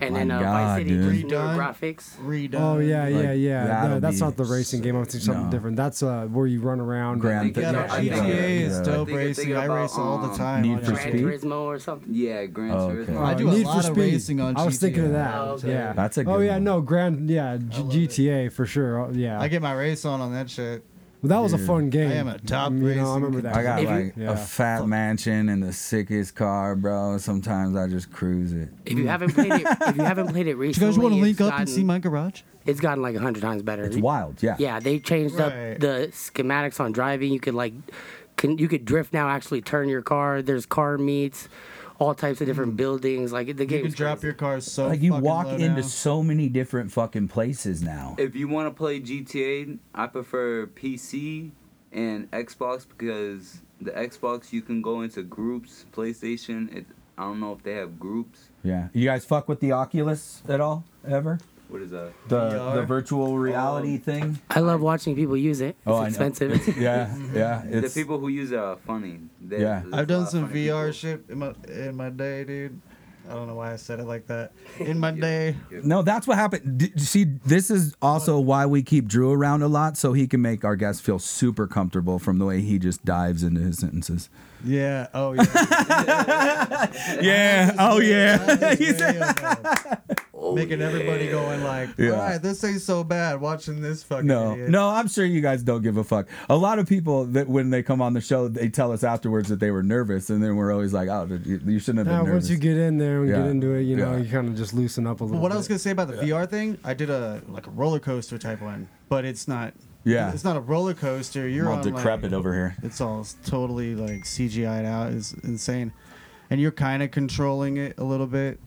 F: and then
C: My
F: uh,
C: God,
F: Vice City
C: dude.
F: just newer
E: Oh, Redone.
F: graphics.
E: Redone.
D: Oh yeah, yeah, yeah.
C: that'll
D: No, that's
C: be
D: not the racing game. I'm thinking something
C: no.
D: different. That's uh, where you run around.
C: Grand Theft
G: Yeah, no,
E: Yeah,
G: I think-
E: GTA is
C: Yeah.
G: I
E: dope
G: think you're
E: racing.
G: thinking
E: I
G: about,
C: about,
E: race all the
G: um,
E: time.
C: Need
E: on
C: for
E: it.
F: Gran
C: Speed?
F: Turismo or something.
G: Yeah, Gran
C: Oh, okay.
G: Turismo.
E: I
D: Uh,
E: do a
D: Need
E: lot
D: for
E: of
D: Speed.
E: racing on
D: I was thinking of
E: GTA.
D: that.
F: Oh, okay.
D: Yeah,
C: That's a
D: Oh
C: good
D: yeah,
C: one.
D: no Grand. Yeah, G-
E: love it.
D: GTA for sure. Oh, Yeah,
E: I get my race on on that shit.
D: well, that was a fun game.
E: I am a top
D: You know, I
E: racing-
D: remember that.
C: I got
F: If you-
C: like
D: Yeah.
C: a fat mansion and the sickest car, bro. Sometimes I just cruise it.
F: If you haven't played it, if you haven't played it
E: Mm. Do
F: recently,
E: you guys want to link
F: it's
E: up
F: gotten,
E: and see my garage?
F: It's gotten like a hundred times better.
C: It's wild, yeah.
F: Yeah, they changed
E: Right.
F: up the schematics on driving. You could like, can you could drift now? Actually, turn your car. There's car meets, all types of different buildings. Like the
E: Hmm. You
F: game.
E: can drop your car so
C: Like you
E: fucking
C: walk
E: low
C: into
E: down.
C: so many different fucking places now.
G: If you want to play GTA, I prefer PC and Xbox because the Xbox you can go into groups. PlayStation, it, I don't know if they have groups.
C: Yeah. You guys fuck with the Oculus at all? Ever?
G: What is that?
C: The
E: VR?
C: the virtual reality thing?
F: I love watching people use it. It's
C: Oh, I know.
F: expensive.
C: Yeah, yeah. It's,
G: the people who use it are funny. They-
C: Yeah.
G: there's a
E: I've done
G: lot of
E: some
G: funny
E: VR
G: people.
E: shit in my in my day, dude. I don't know why I said it like that. In my day,
C: no, that's what happened. D- see, this is also why we keep Drew around a lot, so he can make our guests feel super comfortable from the way he just dives into his sentences.
E: yeah. Oh yeah.
C: Yeah. Oh yeah.
E: This video, bro. making everybody going like,
C: Yeah.
E: all right, this ain't so bad. Watching this fucking
C: No,
E: idiot.
C: no, I'm sure you guys don't give a fuck. A lot of people that when they come on the show, they tell us afterwards that they were nervous, and then we're always like, "Oh, you you shouldn't have been
D: Nah,
C: nervous."
D: once you get in there and
C: Yeah.
D: get into it, you know,
C: Yeah.
D: you kind of just loosen up a little.
E: But what
D: bit.
E: I was gonna say about the VR thing, I did a like a roller coaster type one, but it's not.
C: Yeah.
E: it's not a roller coaster. You're
C: I'm all
E: on like-
C: decrepit over here.
E: It's all s- totally like CGI'd out. It's insane, and you're kind of controlling it a little bit,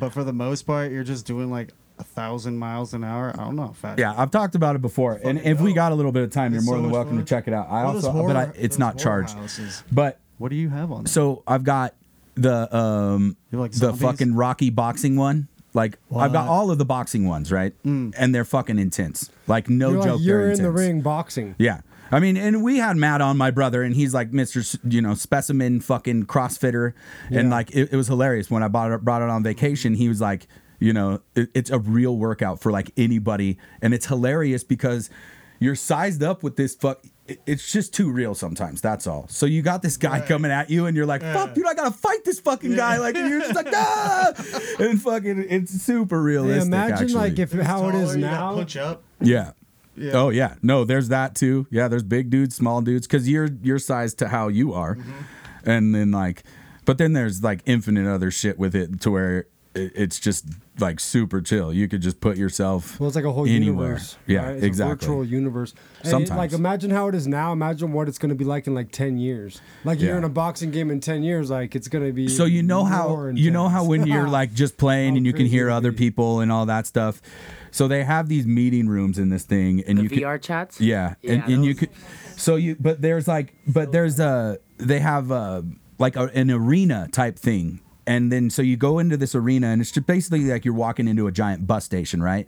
E: but for the most part, you're just doing like a thousand miles an hour. I don't know. How fast.
C: Yeah, I've talked about it before, and
E: Fucking
C: if we
E: dope.
C: got a little bit of time, you're
E: It's
C: more
E: so
C: than
E: much
C: welcome to
E: fun.
C: check it out. I
E: What are
C: also,
E: those horror-
C: but I, it's
E: those
C: not
E: horror
C: charged.
E: houses?
C: But
E: What do you have on? There?
C: so I've got the um
E: You like
C: the
E: zombies?
C: fucking Rocky boxing one. Like I've got
E: What? Mm.
C: all of the boxing ones, right? And they're fucking intense. Like no
D: you're, like,
C: joke,
D: you're
C: they're
D: in the
C: intense.
D: ring boxing.
C: Yeah. I mean, and we had Matt on, my brother, and he's like Mr. s- You know, specimen fucking CrossFitter, and like it, it was hilarious when I bought it, brought it on vacation. He was like, you know, it, it's a real workout for like anybody, and it's hilarious because you're sized up with this fuck. it- It's just too real sometimes. That's all. So you got this guy coming at you, and you're like, "Fuck, dude, I gotta fight this fucking guy!" Like and you're just like, "Ah!" and fucking, it's super
D: Yeah,
C: realistic.
D: imagine
C: actually.
D: like if
E: It's
D: how it
E: taller,
D: is
E: you gotta
D: now.
E: Punch up.
C: Yeah.
E: Yeah.
C: Oh yeah. No, there's that too. Yeah, there's big dudes, small dudes, because you're your size to how you are,
D: Mm-hmm.
C: and then like, but then there's like infinite other shit with it to where it, it's just like super chill. You could just put yourself.
D: Well, it's like a whole
C: anywhere.
D: universe.
C: Yeah,
D: right? It's
C: exactly.
D: A virtual universe. And it-
C: Sometimes.
D: like, imagine how it is now. Imagine what it's going to be like in like ten years. Like
C: Yeah.
D: you're in a boxing game in ten years. Like it's going to be.
C: so you know how
D: more
C: you know how
D: intense.
C: when you're like just playing
D: How
C: and you can
D: crazy
C: hear
D: it'd
C: other
D: be.
C: people and all that stuff. So they have these meeting rooms in this thing, and
F: The
C: you can
F: VR chats.
C: Yeah, and,
F: Yeah,
C: and you
F: those-
C: could, so you, but there's like, but there's a, they have a, like a, an arena type thing. And then so you go into this arena and it's just basically like you're walking into a giant bus station, right?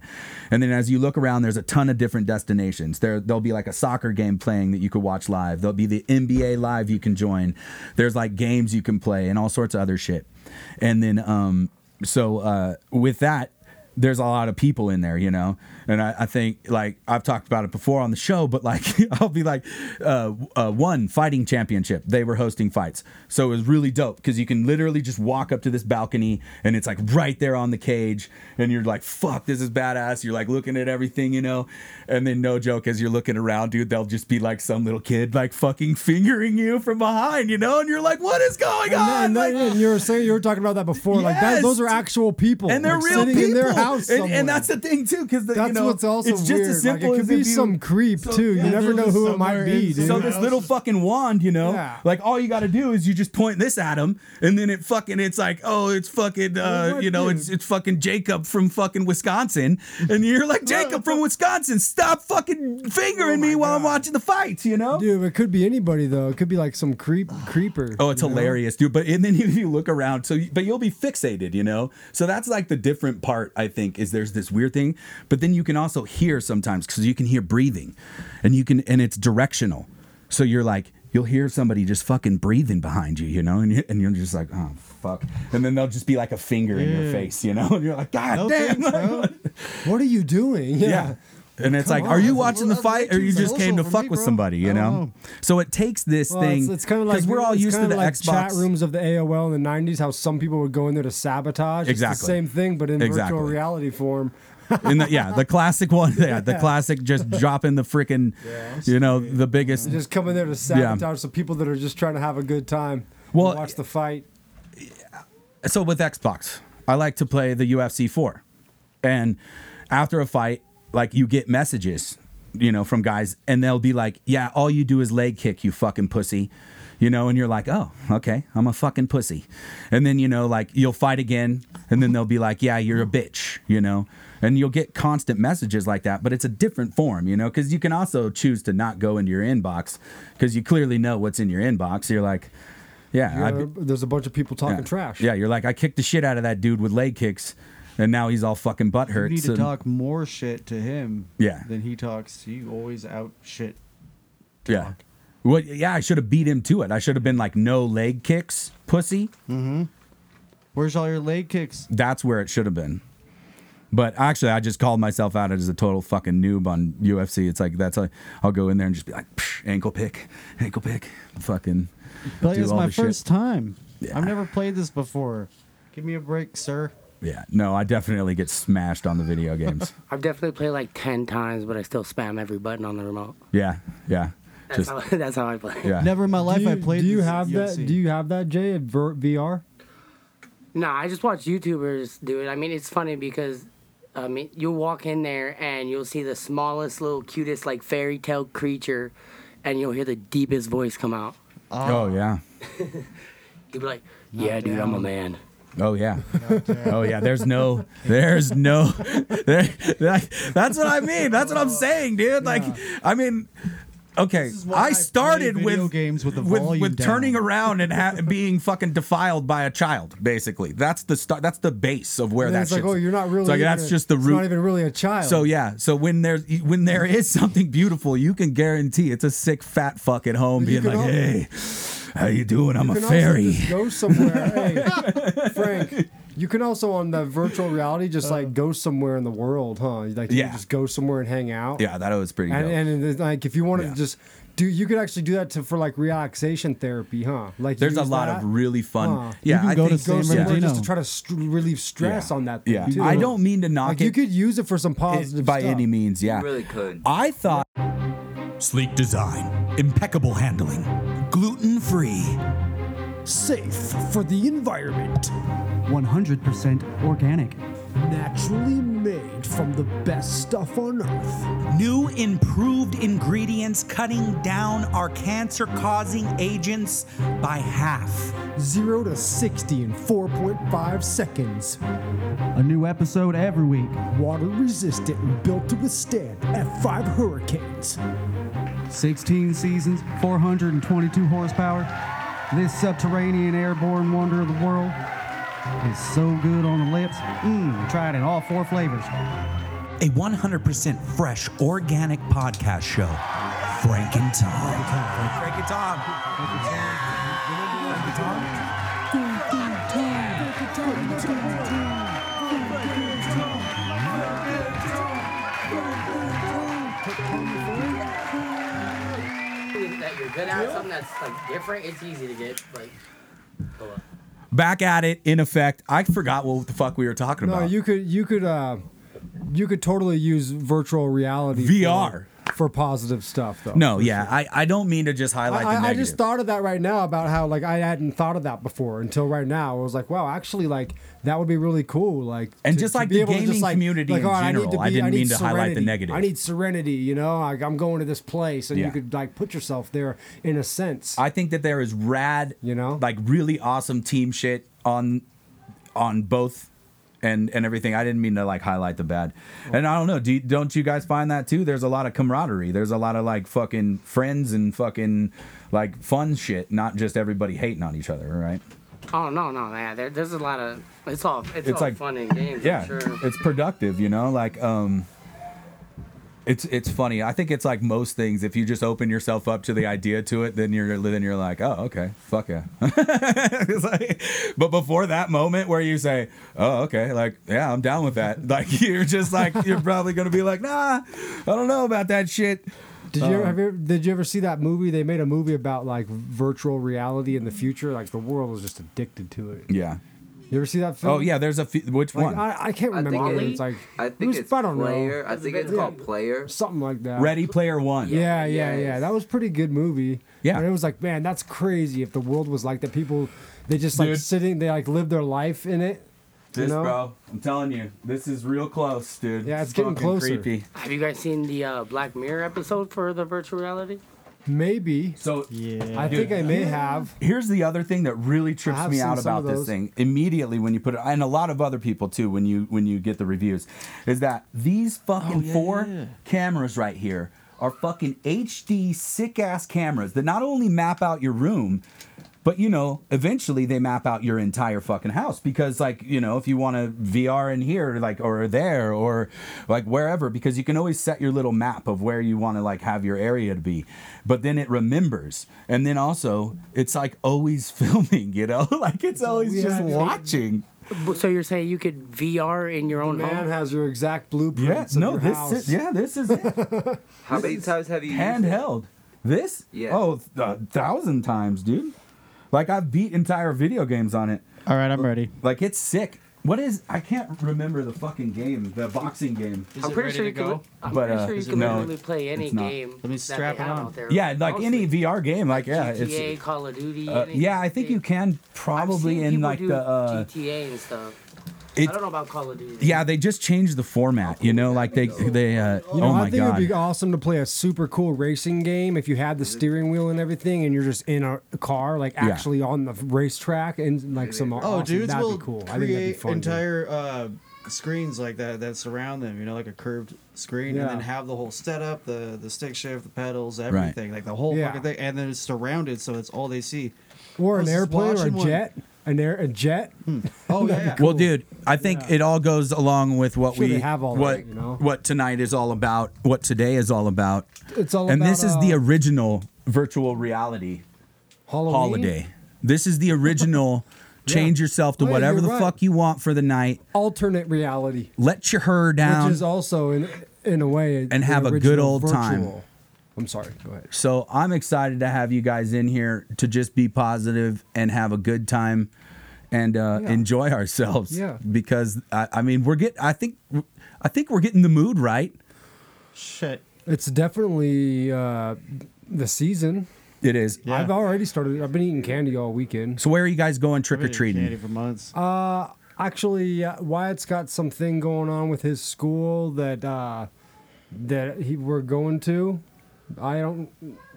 C: And then as you look around, there's a ton of different destinations. There there'll be like a soccer game playing that you could watch live. There'll be the NBA live you can join. There's like games you can play and all sorts of other shit. And then um so uh with that, there's a lot of people in there, you know, and I, I think like I've talked about it before on the show, but like I'll be like, uh, uh, one fighting championship. They were hosting fights, so it was really dope because you can literally just walk up to this balcony and it's like right there on the cage, and you're like, fuck, this is badass. You're like looking at everything, you know, and then no joke, as you're looking around, dude, they'll just be like some little kid like fucking fingering you from behind, you know, and you're like, what is going
D: And,
C: on?
D: then- and
C: Like,
D: then- and you were saying you were talking about that before. Like
C: "Oh Yes.
D: that, those are actual people,
C: and they're
D: like,
C: real
D: sitting
C: people
D: in their house.
C: And, and
D: somewhere.
C: that's the thing too, because
D: That's
C: you know,
D: what's also
C: it's just
D: weird.
C: as simple
D: like, it
C: as
D: could be
C: if you-
D: some creep
C: So,
D: too.
C: yeah,
D: you never
E: there's
D: know
E: just
D: who it might
E: somewhere
D: be,
E: in
D: dude.
C: So
E: Yeah.
C: this little fucking wand, you know,
D: Yeah.
C: like all you got to do is you just point this at him, and then it fucking it's like, oh, it's fucking,
D: Well,
C: uh,
D: what
C: you know,
D: dude?
C: it's it's fucking Jacob from fucking Wisconsin, and you're like Jacob from Wisconsin, stop fucking fingering
D: Oh
C: me while I'm watching the fights, you know.
D: Dude, it could be anybody though. It could be like some creep creeper.
C: Oh, it's hilarious, dude. But and then if you look around, so you- but you'll be fixated, you know. So that's like the different part. I think is there's this weird thing, but then you can also hear sometimes because you can hear breathing, and you can and it's directional. So you're like you'll hear somebody just fucking breathing behind you, you know, and you, and you're just like oh fuck, and then they'll just be like a finger in your face, you know, and you're like god
E: No
C: damn,
E: thanks, bro.
C: like,
D: What are you doing?
C: yeah. And it's like, are
E: on, that's a
C: you watching the
E: little- that's
C: fight,
E: way
C: or you
E: too
C: just came to
E: social for
C: fuck
E: me,
C: with
E: bro.
C: somebody, you
E: I
C: know?
E: don't know.
C: So it takes this
D: Well,
C: thing
D: It's, it's kind of like
C: because we're all
D: it's
C: used to
D: kinda
C: the
D: like
C: Xbox
D: chat rooms of the AOL in the '90s. How some people would go in there to sabotage. It's
C: Exactly.
D: the same thing, but in
C: Exactly.
D: virtual reality form.
C: In the, yeah, the classic one. Yeah, the classic just dropping the freaking, you know, the biggest.
D: Just come in there to sabotage some people that are just trying to have a good time.
C: Well,
D: watch the fight.
C: So with Xbox, I like to play the UFC 4. And after a fight, like you get messages, you know, from guys, and they'll be like, yeah, all you do is leg kick, you fucking pussy. You know, and you're like, oh, okay, I'm a fucking pussy. And then, you know, like you'll fight again, and then they'll be like, yeah, you're a bitch, you know? And you'll get constant messages like that, but it's a different form, you know, because you can also choose to not go into your inbox because you clearly know what's in your inbox. You're like, yeah, I,
D: There- there's a bunch of people talking
C: yeah.
D: trash.
C: Yeah, you're like, I kicked the shit out of that dude with leg kicks, and now he's all fucking butthurt.
E: You need
C: so-
E: to talk more shit to him
C: Yeah.
E: than he talks to you. Always out shit.
C: Yeah. Well, yeah, I should have beat him to it. I should have been like, no leg kicks, pussy.
E: Where's all your leg kicks?
C: That's where it should have been. But actually, I just called myself out as a total fucking noob on UFC. It's like that's how I'll go in there and just be like, "Psh, ankle pick, ankle pick, fucking.
E: But
C: do
E: it's
C: all
E: my
C: the shit.
E: first time. I've never played this before. Give me a break, sir.
C: Yeah, no, I definitely get smashed on the video games.
F: I've definitely played like ten times, but I still spam every button on the remote.
C: Yeah, yeah,
F: That's
C: just
F: how that's how I play.
C: yeah.
E: Never in my life
D: do you,
E: I played.
D: do you
E: this
D: have that?
E: UFC.
D: Do you have that, Jay, at ver- VR?
F: No, I just watch YouTubers do it. I mean, it's funny because, I mean, you'll walk in there and you'll see the smallest, little, cutest, like fairy tale creature, and you'll hear the deepest voice come out.
C: Oh yeah.
F: You'll be like, "Yeah, dude, I'm a man."
C: Oh yeah. Oh yeah. There's no. There's no. There, like, that's what I mean. That's what I'm saying, dude. Like, I mean. Okay,
E: is why I
C: I
E: play
C: started
E: video
C: with
E: games with the
C: with,
E: volume
C: with turning
E: down.
C: around and ha- being fucking defiled by a child. Basically, that's the start. That's the base of where
D: And
C: that.
D: it's like,
C: shit's-
D: oh, you're not really.
C: It's like,
D: even
C: that's
D: a-
C: just the
D: it's
C: root.
D: Not even really a child.
C: So yeah, so when there's when there is something beautiful, you can guarantee it's a sick fat fuck at home
D: But you
C: being
D: can
C: like,
D: al-
C: "Hey, how you doing? I'm
D: You
C: a
D: can also
C: fairy."
D: just go somewhere, hey, Frank. You can also on the virtual reality just like go somewhere in the world, huh? Like you
C: Yeah.
D: just go somewhere and hang out.
C: Yeah, that was pretty
D: And,
C: dope.
D: and it's like if you wanted
C: Yeah.
D: to just do, you could actually do that to, for like relaxation therapy, huh? Like
C: There's a
D: use
C: lot
D: that,
C: of really fun.
D: Huh.
C: Yeah,
E: You can
C: I
E: go to
C: think
E: San
D: go
E: San
D: somewhere
E: Bernardino.
D: just to try to st- relieve stress
C: Yeah.
D: on that. Thing
C: Yeah.
D: too,
C: I
D: huh?
C: don't mean to knock
D: like,
C: it
D: You could use it for some positive
C: by
D: stuff.
C: any means. Yeah,
G: You really could.
C: I thought sleek design, impeccable handling, gluten free, safe for the environment.
H: 100% organic.
I: naturally made from the best stuff on earth.
J: New improved ingredients cutting down our cancer causing agents by half.
I: 0 to 60 in 4.5 seconds.
H: A new episode every week.
I: Water resistant and built to withstand F5 hurricanes.
H: 16 seasons, 422 horsepower. This subterranean airborne wonder of the world is so good on the lips. Mmm, tried in all four flavors.
J: A 100% fresh organic podcast show, Frank and Tom. Frank and Tom.
F: Something That you're good at, something that's like different. It's easy to get like. hold up.
C: Back at it, in effect. I forgot what the fuck we were talking
D: No,
C: about.
D: you could you could uh you could totally use virtual reality for-
C: VR.
D: for, positive stuff though.
C: no, yeah, I, I don't mean to just highlight the
D: I, I
C: negative.
D: just thought of that right now about how like I hadn't thought of that before until right now. I was like, wow, actually, like that would be really cool. Like
C: And just, like, the
D: able to
C: gaming community in
D: "All right,
C: general, I didn't
D: oh, need
C: mean to highlight the negative.
D: I need serenity. You know, like, I'm going to this place, and
C: Yeah.
D: you could like put yourself there in a sense.
C: I think that there is rad,
D: You know?
C: like really awesome team shit on on both and and everything. I didn't mean to like highlight the bad. And I don't know, do you, don't you guys find that too? There's a lot of camaraderie. There's a lot of like fucking friends and fucking like fun shit, not just everybody hating on each other, right?
F: Oh no no yeah, there, there's a lot of it's all it's,
C: It's
F: all
C: like-
F: fun and games.
C: yeah,
F: I'm sure.
C: it's productive, you know. Like, um, it's it's funny. I think it's like most things. If you just open yourself up to the idea to it, then you're then you're like, oh, okay, fuck yeah. It's like- but before that moment where you say, oh, okay, like yeah, I'm down with that. Like you're just like you're probably gonna be like, nah, I don't know about that shit.
D: Did you, ever,
C: uh,
D: have you ever- did you ever see that movie? They made a movie about like virtual reality in the future. Like the world is just addicted to it.
C: Yeah.
D: You ever see that film?
C: Oh yeah. There's a few, which
D: Mm. Like,
C: one?
D: I, I can't
G: I
D: remember.
G: think it-
D: it's like
G: I
D: it
G: think
D: was,
G: it's
D: I don't
G: player.
D: know.
G: I think it's
D: Yeah.
G: called player.
D: something like that.
C: Ready Player One.
D: Yeah, yeah,
G: Yes.
D: yeah. That was pretty good movie.
C: Yeah.
D: and it was like, man, that's crazy. If the world was like that, people they just like
C: Dude.
D: sitting, they like live their life in it. You
C: This
D: know?
C: bro, I'm telling you, this is real close, dude.
D: Yeah, it's getting
C: fucking
D: closer.
C: Creepy.
F: Have you guys seen the uh, Black Mirror episode for the virtual reality?
D: Maybe
C: So
E: Yeah.
D: I
C: Dude.
D: think I may have.
C: Here's the other thing that really
D: I
C: trips
D: have
C: me
D: seen
C: out
D: some
C: about
D: of
C: this
D: those.
C: thing immediately when you put it, and a lot of other people too when you when you get the reviews, is that these fucking four cameras right here are fucking HD sick ass cameras that not only map out your room, but you know eventually they map out your entire fucking house because like you know if you want to VR in here like or there or like wherever because you can always set your little map of where you want to like have your area to be, but then it remembers and then also it's like always filming you know like it's always just
D: dude.
C: watching.
F: B- So you're saying you could VR in your
G: Uh-huh.
F: own
D: Man
F: home?
D: has your exact
C: Yeah,
D: blueprints. of
C: no,
D: your
C: this
D: house.
C: is yeah, this is it.
G: How many times have you used it?
C: handheld. This?
G: Yeah.
C: Oh, a thousand times, dude. Like I've beat entire video games on it.
E: All right, I'm ready.
C: Like it's sick. What is? I can't remember the fucking game, the boxing game.
F: I'm pretty sure you can. li- I'm
C: But,
F: pretty
C: uh,
F: sure you
C: is it
F: can
C: ready?
F: literally play any
C: it's not.
F: game.
E: Let me strap
F: that they
E: it
F: have
E: on.
F: Out there
C: Yeah, like any VR game, like yeah,
F: GTA,
C: it's.
F: Call of Duty.
C: Uh,
F: any-
C: yeah, I think you can
F: I've
C: probably
F: seen
C: in
F: people
C: like
F: do
C: the. Uh,
F: GTA and stuff.
C: it-
F: I don't know about Call of Duty.
C: yeah, they just changed the format. You know, like they they. Uh,
D: You know,
C: oh
D: I
C: my
D: think it'd
C: god.
D: be awesome to play a super cool racing game if you had the steering wheel and everything, and you're just in a car, like
C: Yeah.
D: actually on the racetrack, and like some. Oh,
E: Oh,
D: awesome,
E: dudes
D: that'd
E: will
D: be cool. I think that'd be
E: create
D: fun. dude.
E: entire uh, screens like that that surround them. You know, like a curved screen,
D: Yeah.
E: and then have the whole setup, the the stick shift, the pedals, everything, like the whole
D: Yeah.
E: fucking thing, and then it's surrounded, so it's all they see.
D: or
E: I
D: an
E: was just
D: airplane or a
E: watching one-
D: jet, an air a jet.
E: Oh yeah,
C: Well, dude, I think it all goes along with what
D: Sure,
C: we
D: they have all
C: what
D: that, you know?
C: what tonight is all about, what today is all about.
D: It's all
C: and
D: about,
C: this is the
D: uh,
C: original virtual reality
D: Halloween?
C: holiday. This is the original. Change yourself to
D: Oh, yeah,
C: whatever
D: you're
C: the
D: right.
C: fuck you want for the night.
D: alternate reality,
C: Let your her down.
D: which is also in in a way
C: And
D: the
C: have a good
D: original
C: old time.
D: virtual. I'm sorry. Go ahead.
C: So I'm excited to have you guys in here to just be positive and have a good time and uh, enjoy ourselves.
D: Yeah.
C: Because I, I mean, we're get. I think, I think we're getting the mood right.
E: shit.
D: It's definitely uh, the season.
C: It is.
D: I've already started. I've been eating candy all weekend.
C: So where are you guys going trick or
E: Been eating candy
C: treating?
E: for months.
H: Oh,
D: Actually, uh, Wyatt's got something going on with his school that uh, that he we're going to. I don't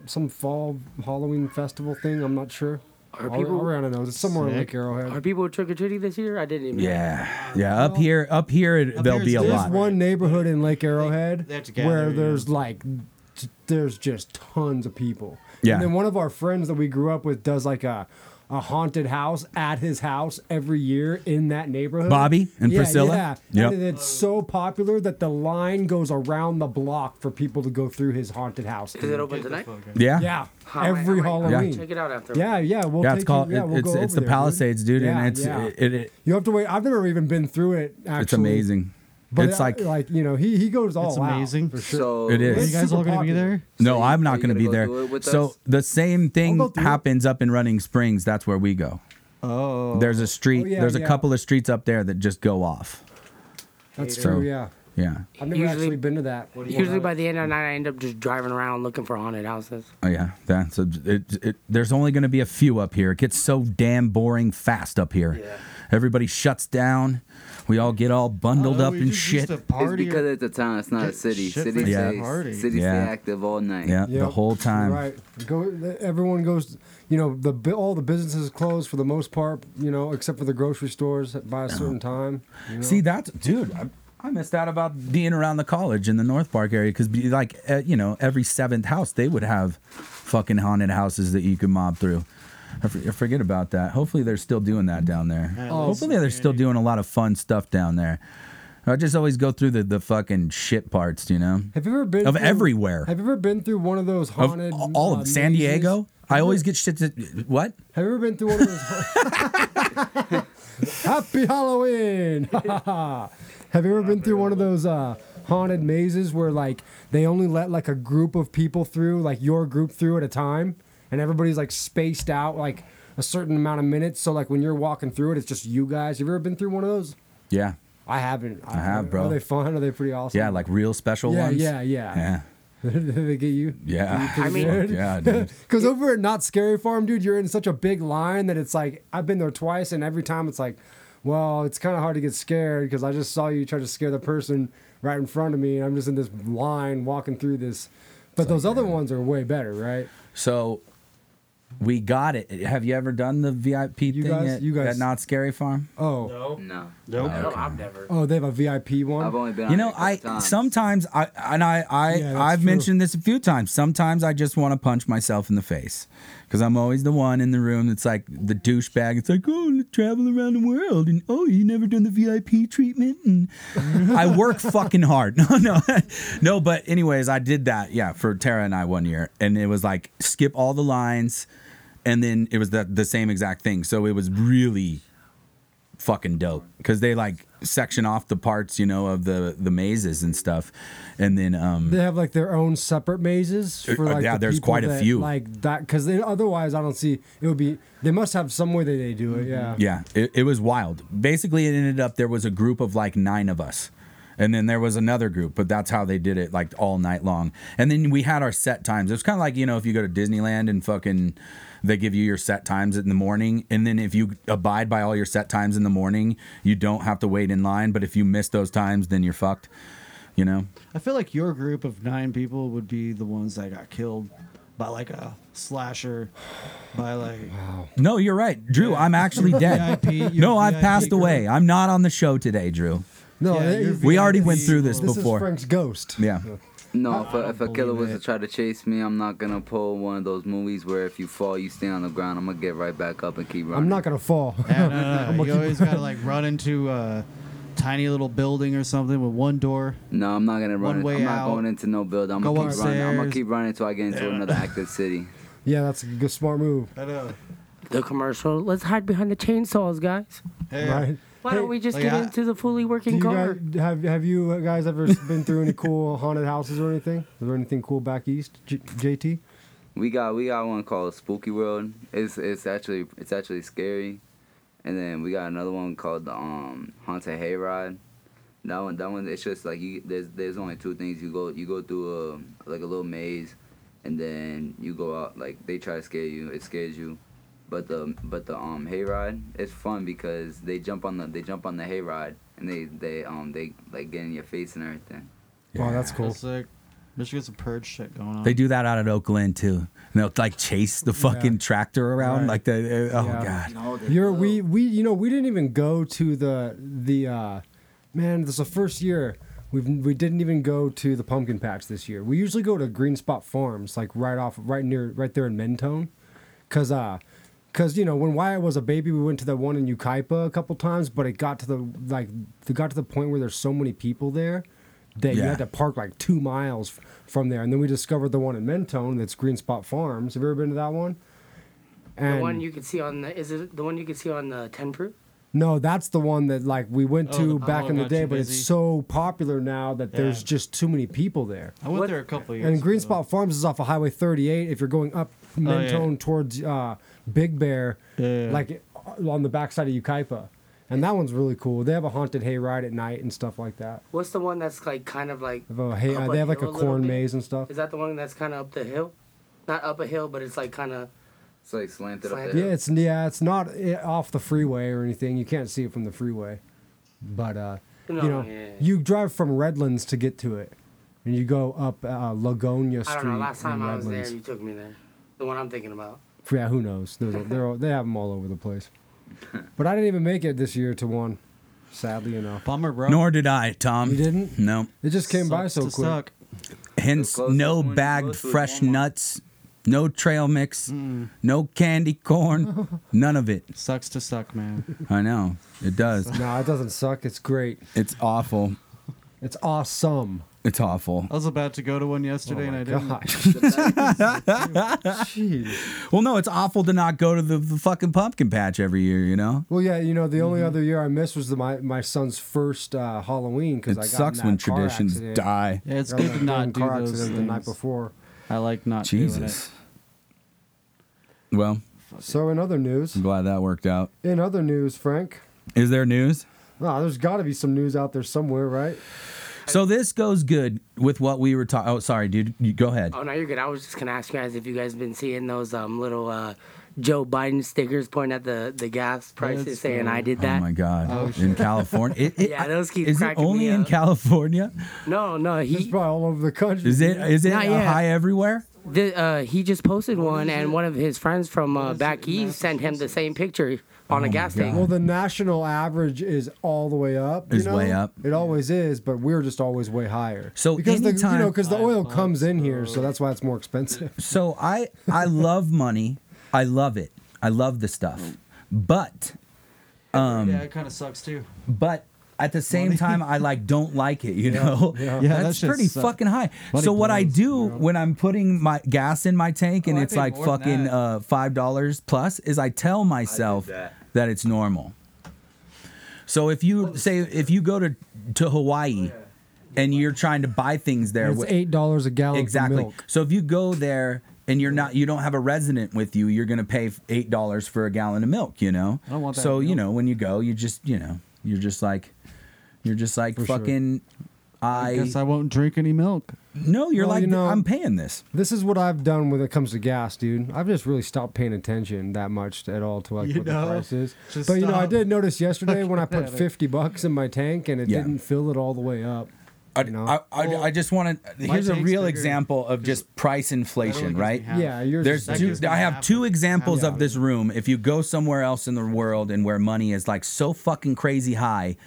D: some fall Halloween festival thing. I'm not sure.
F: Are
D: All-
F: people-
D: all around I know it's somewhere in
E: Sick.
D: Lake Arrowhead.
F: Are people trick or treating this year? I didn't even.
C: Yeah, yeah. Up here, up here, it, there'll
E: here
C: be a
E: it's
D: there's
C: lot.
D: one neighborhood in Lake Arrowhead
E: they have to gather,
D: where
E: yeah.
D: there's like t- there's just tons of people.
C: Yeah.
D: And then one of our friends that we grew up with does like a a haunted house at his house every year in that neighborhood.
C: Bobby and
D: Yeah,
C: Priscilla?
D: Yeah.
C: Yep.
D: And it's so popular that the line goes around the block for people to go through his haunted house.
F: Is it open tonight?
C: Yeah.
D: Yeah.
F: I might- I
D: every
F: might
D: Halloween.
F: Check it out after.
D: Yeah, yeah, we'll
C: Yeah,
D: take
C: it's called
D: You, yeah,
C: it-
D: we'll
C: it's
D: go
C: it's
D: over
C: the
D: there,
C: Palisades, dude,
D: Yeah,
C: and it's
D: yeah.
C: it, it,
D: You have to wait. I've never even been through it. Actually,
C: it's amazing.
D: But
C: it's
D: uh,
C: like
D: like you know, he he goes all
E: It's
D: out,
E: amazing.
D: for sure.
G: So
C: It
E: Are
C: is.
E: you guys
D: super
E: all gonna be
D: popular.
E: there?
C: no,
G: so you-
C: I'm
G: are
C: not going
G: you
C: to
G: gonna
C: be
G: go
C: there.
G: do it with
C: so
G: us?
C: the same
D: go
C: thing
D: through it.
C: happens up in Running Springs. That's where we go.
E: Oh,
C: There's a street.
D: Oh, yeah,
C: there's a
D: yeah.
C: couple of streets up there that just go off.
D: That's
C: So-
D: true. Yeah,
C: Yeah.
D: I've never
F: Usually-
D: actually been to that.
F: Usually by the end of the night, I end up just driving around looking for haunted houses.
C: Oh, yeah. That's a, it, it, there's only going to be a few up here. It gets so damn boring fast up here.
F: Yeah.
C: Everybody shuts down. We all get all
E: Oh,
C: bundled up and shit.
G: It's because it's a town. It's not a
E: Get
G: city.
E: shit
G: City
E: for
C: Yeah.
G: stays,
E: party.
G: city
C: Yeah.
G: stay active all night.
C: yeah,
D: Yep,
C: the whole
D: you're
C: time.
D: Right. Go. Everyone goes. You know, the bu- all the businesses closed for the most part. You know, except for the grocery stores by a certain time. you know?
C: See that's dude. I, I missed out about being around the college in the North Park area because, like, uh, you know, every seventh house they would have fucking haunted houses that you could mob through. I, for, I forget about that. Hopefully, they're still doing that down there. Hopefully, they're still doing a lot of fun stuff down there. I just always go through the, the fucking shit parts, you know,
D: Have you ever been
C: of
D: through-
C: everywhere.
D: Have you ever been through one of those
C: of
D: haunted?
C: all- all
D: uh,
C: of San
D: mazes?
C: Diego. I always get shit. To, what?
D: Have you ever been through one of those? Happy Halloween! Have you ever been through one of those uh, haunted mazes where like they only let like a group of people through, like your group through at a time, and everybody's like spaced out like a certain amount of minutes. So like when you're walking through it, it's just you guys. Have you ever been through one of those?
C: Yeah,
D: I haven't. I,
C: have, bro.
D: Are they fun? Are they pretty awesome?
C: yeah, like real special
D: yeah,
C: ones.
D: yeah,
C: yeah,
D: yeah, they get you.
C: yeah.
F: I mean-
C: Fuck yeah, dude.
D: Because over at Not Scary Farm, dude, you're in such a big line that it's like, I've been there twice, and every time it's like, well, it's kind of hard to get scared because I just saw you try to scare the person right in front of me, and I'm just in this line walking through this. But those other ones are way better, right?
C: So we got it. Have you ever done the VIP
D: You
C: thing
D: guys-
C: at,
D: you guys-
C: at Not Scary Farm?
D: Oh,
G: No.
F: No, I've never.
D: oh, they have a VIP one.
G: I've only been. on
C: You
G: it
C: know,
G: a couple
C: I
G: times.
C: sometimes I and I I
D: Yeah, that's
C: I've
D: true.
C: mentioned this a few times. Sometimes I just want to punch myself in the face because I'm always the one in the room that's like the douchebag. It's like, oh, let's travel around the world, and oh, you never done the VIP treatment. And I work fucking hard. No, no, no. But anyways, I did that. Yeah, for Tara and I one year, and it was like skip all the lines, and then it was the the same exact thing. So it was really fucking dope because they like section off the parts, you know, of the the mazes and stuff, and then um,
D: They have like their own separate mazes for
C: Uh,
D: like
C: yeah,
D: the
C: there's
D: people
C: quite a
D: that
C: few.
D: like that because otherwise I don't see it would be they must have some way that they do it yeah
C: Yeah, it, it was wild. Basically, it ended up there was a group of like nine of us. And then there was another group, but that's how they did it like all night long. And then we had our set times. It was kind of like, you know, if you go to Disneyland and fucking they give you your set times in the morning. And then if you abide by all your set times in the morning, you don't have to wait in line. But if you miss those times, then you're fucked, you know?
E: I feel like your group of nine people would be the ones that got killed by like a slasher, by like
C: No, you're right. Drew, I'm actually dead.
E: VIP, you're
C: no, I've
E: VIP
C: passed
E: girl.
C: away. I'm not on the show today, Drew.
D: no
E: Yeah,
D: they-
E: you're
C: We already went through this
D: this
C: before.
D: is Frank's ghost
C: Yeah.
G: No, if a, if a killer was to
E: it.
G: try to chase me, I'm not gonna pull one of those movies where if you fall, you stay on the ground. I'm gonna get right back up and keep running.
D: I'm not gonna fall
E: Yeah, no, no, no. you always gotta like run into a tiny little building or something with one door.
G: No, I'm not gonna
E: One
G: run. it.
E: way
G: I'm not
E: out.
G: going into no building. I'm
E: Go
G: gonna keep running. I'm gonna
E: upstairs.
G: keep running until I get into another active city.
D: yeah that's a good, smart move
E: I know.
F: The commercial. Let's hide behind the chainsaws, guys.
D: right.
F: Why
D: Hey,
F: don't we just
E: like,
F: get
E: I-
F: into the fully
D: Do
F: working
D: you
F: car?
D: guys, have have you guys ever been through any cool haunted houses or anything? Is there anything cool back east, J- JT?
G: We got we got one called Spooky World. It's it's actually it's actually scary, and then we got another one called the um Haunted Hayride. That one that one it's just like you there's there's only two things you go you go through a like a little maze, and then you go out like they try to scare you it scares you, but the but the um hayride it's fun because they jump on the they jump on the hayride and they they um they like get in your face and everything.
D: Wow, that's cool.
E: That's like Michigan's some purge shit going on.
C: They do that out at Oakland too. And they'll like chase the fucking tractor around,
D: Right.
C: like the uh, oh
D: Yeah.
C: god.
D: You're we we you know we didn't even go to the the uh man this is the first year we we didn't even go to the pumpkin patch this year. We usually go to Green Spot Farms like right off right near right there in Mentone cuz uh cuz you know when Wyatt was a baby we went to the one in Ukaipa a couple times but it got to the like it got to the point where there's so many people there that you
C: Yeah.
D: had to park like 2 miles f- from there and then we discovered the one in Mentone that's Green Spot Farms. Have you ever been to that one?
F: the
D: And
F: one you could see on the is it the one you could see on the ten proof?
D: no, that's the one that like we went
E: Oh,
D: to
E: the
D: back
E: Palo
D: in the
E: got
D: day,
E: you
D: but it's
E: busy.
D: so popular now that there's
E: Yeah. Oh,
D: just too many people there.
E: I went
F: What-
E: there a couple years.
D: And Green
E: ago.
D: Spot Farms is off of Highway 38. If you're going up
E: Oh, yeah.
D: Mentone towards uh, Big Bear,
E: Yeah, yeah.
D: like uh, on the backside of Ukaipa, and that one's really cool. They have a haunted hayride at night and stuff like that.
F: What's the one that's like kind of like
D: They have, a hay,
F: up
D: uh, they have like a
F: hill little
D: corn
F: bit?
D: maze and stuff.
F: Is that the one that's kind of up the hill? Not up a hill, but it's like kind of
G: It's like slanted up
F: Slanted.
G: there.
D: Yeah, it's yeah, it's not eh, off the freeway or anything. You can't see it from the freeway, but uh,
F: No,
D: you know,
F: yeah.
D: you drive from Redlands to get to it, and you go up uh, Lagonia
F: I
D: Street.
F: don't know. Last
D: in
F: time I was there,
D: Redlands.
F: you took me there. The one I'm thinking about.
D: Yeah, who knows? There's a, they're all, they have them all over the place, but I didn't even make it this year to one, sadly enough.
E: Bummer, bro.
C: Nor did I, Tom.
D: You didn't?
C: No.
D: It just came by
E: Sucks
D: so
E: to
D: quick.
E: suck.
C: Hence,
G: The closest
C: no
G: one you go
C: bagged
G: to is
C: fresh
G: Walmart.
C: nuts, no trail mix,
D: Hmm.
C: no candy corn, none of it.
E: Sucks to suck, man.
C: I know it does.
D: No, it doesn't suck. It's great.
C: It's awful.
D: It's awesome.
C: It's awful.
E: I was about to go to one yesterday
D: oh
E: and
D: my
E: I didn't.
D: gosh. Jeez.
C: Well, no, it's awful to not go to the, the fucking pumpkin patch every year. You know,
D: Well, yeah, you know, the
C: Mm-hmm.
D: only other year I missed was the, my my son's first uh, Halloween because
C: it
D: I got
C: sucks
D: in that
C: when
D: car
C: traditions
D: accident.
C: die.
E: Yeah, it's
D: I
E: good
D: got
E: to
D: in a
E: not do
D: car
E: those
D: accident the night
E: things.
D: before.
E: I like not
C: Jesus. Well,
D: So, in other news,
C: I'm glad that worked out.
D: in other news, Frank,
C: Is there news?
D: nah, there's got to be some news out there somewhere, right?
C: So this goes good with what we were talking. Oh, sorry, dude. You go ahead.
F: Oh no, you're good. I was just gonna ask you guys if you guys been seeing those um little uh, Joe Biden stickers pointing at the the gas prices,
E: That's
F: saying
E: funny.
F: I did that.
C: Oh my God! in California, It- it-
F: Yeah, those keep
C: is it
F: cracking
C: only
F: me
C: in
F: up.
C: California?
F: No, no,
D: It's
F: he
D: probably all over the country.
C: Is it is it
F: Not
C: a
F: yet.
C: high everywhere?
F: the, uh, he just posted one, and one of his friends from uh, back east sent him the same picture
C: Oh
F: on a gas tank.
D: Well, the national average is all the way up.
C: Is
D: you know?
C: way up.
D: It always is, but we're just always way higher.
C: So
D: because the you know
C: anytime-
D: because the oil comes in here, so that's why it's more expensive.
C: So I I love money. I love it. I love the stuff. But Um,
E: yeah, it kind of sucks too.
C: but at the same time I like don't like it, you know.
E: Yeah, that
C: That's
E: shit
C: pretty
E: sucks.
C: fucking high.
E: Money
C: so what I
E: blows,
C: do when I'm putting my gas in my tank and
E: Oh, I
C: it's
E: pay
C: like
E: more than
C: fucking
E: that.
C: uh, $5 plus is I tell myself
G: that.
C: that it's normal. So if you say if you go to to
E: Oh,
C: Hawaii and you're trying to buy things there,
D: It's
C: wh-
D: eight dollars a gallon. for
C: exactly.
D: milk.
C: So if you go there and you're not you don't have a resident with you, you're gonna pay eight dollars for a gallon of milk. You know.
H: I don't want that
C: So you
H: milk.
C: know when you go, you just you know you're just like you're just like fucking. I,
E: I guess I won't drink any milk.
C: no, you're
D: Well,
C: like
D: you know-
C: I'm paying this.
D: This is what I've done when it comes to gas, dude. I've just really stopped paying attention that much at all to like
E: You
D: what
E: know,
D: the price is. But
E: just
D: you know, I
E: stop.
D: did notice yesterday when I put
E: at it.
D: fifty bucks in my tank and it
C: Yeah.
D: didn't fill it all the way up.
C: I,
D: You know?
C: I, I, I just want to. Here's a
E: tank's
C: real
E: bigger
C: example of just price inflation, right?
D: half. Yeah, yours
C: There's
D: That
C: two.
D: gives
C: I have two examples
E: half
C: of this room. If you go somewhere else in the world and where money is like so fucking crazy high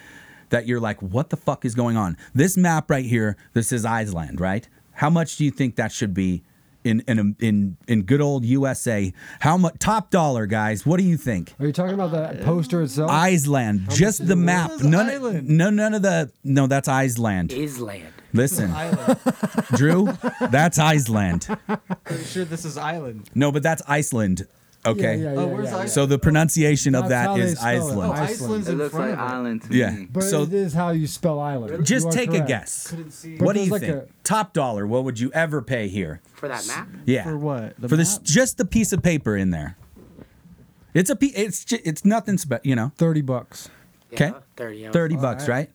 C: that you're like, what the fuck is going on? This map right here, this is Iceland, right? How much do you think that should be in in in in good old USA? How much top dollar, guys? What do you think?
D: Are you talking about
C: Uh,
D: that poster itself?
C: Iceland, just the map. None,
E: Iceland?
C: no, none of the. No, that's Iceland.
F: Island.
C: Listen, Drew, that's Iceland.
E: Pretty sure this is island.
C: No, but that's Iceland. Okay.
D: Yeah, yeah,
E: Oh,
D: yeah,
E: where's
D: yeah, yeah.
E: Iceland?
C: So the pronunciation of
D: That's how
C: that
D: they
C: is
D: spell it.
E: Oh,
C: Iceland.
D: Iceland.
E: Iceland's
G: It
E: in
G: looks
E: front
G: like
E: of it.
G: island to
C: Yeah.
G: me.
D: But
C: So
D: it is how you spell island.
C: just
D: You are
C: take a
D: correct.
C: guess.
E: see.
C: What
D: But
C: do you
D: there's like
C: think? Top dollar. What would you ever pay here?
F: For that map?
C: Yeah.
E: For what? The
C: For this,
E: map?
C: just the piece of paper in there. It's a pe- It's ju- it's nothing special. You know.
D: Thirty bucks.
C: Okay.
F: Yeah, 30. I was-
C: Thirty bucks, right.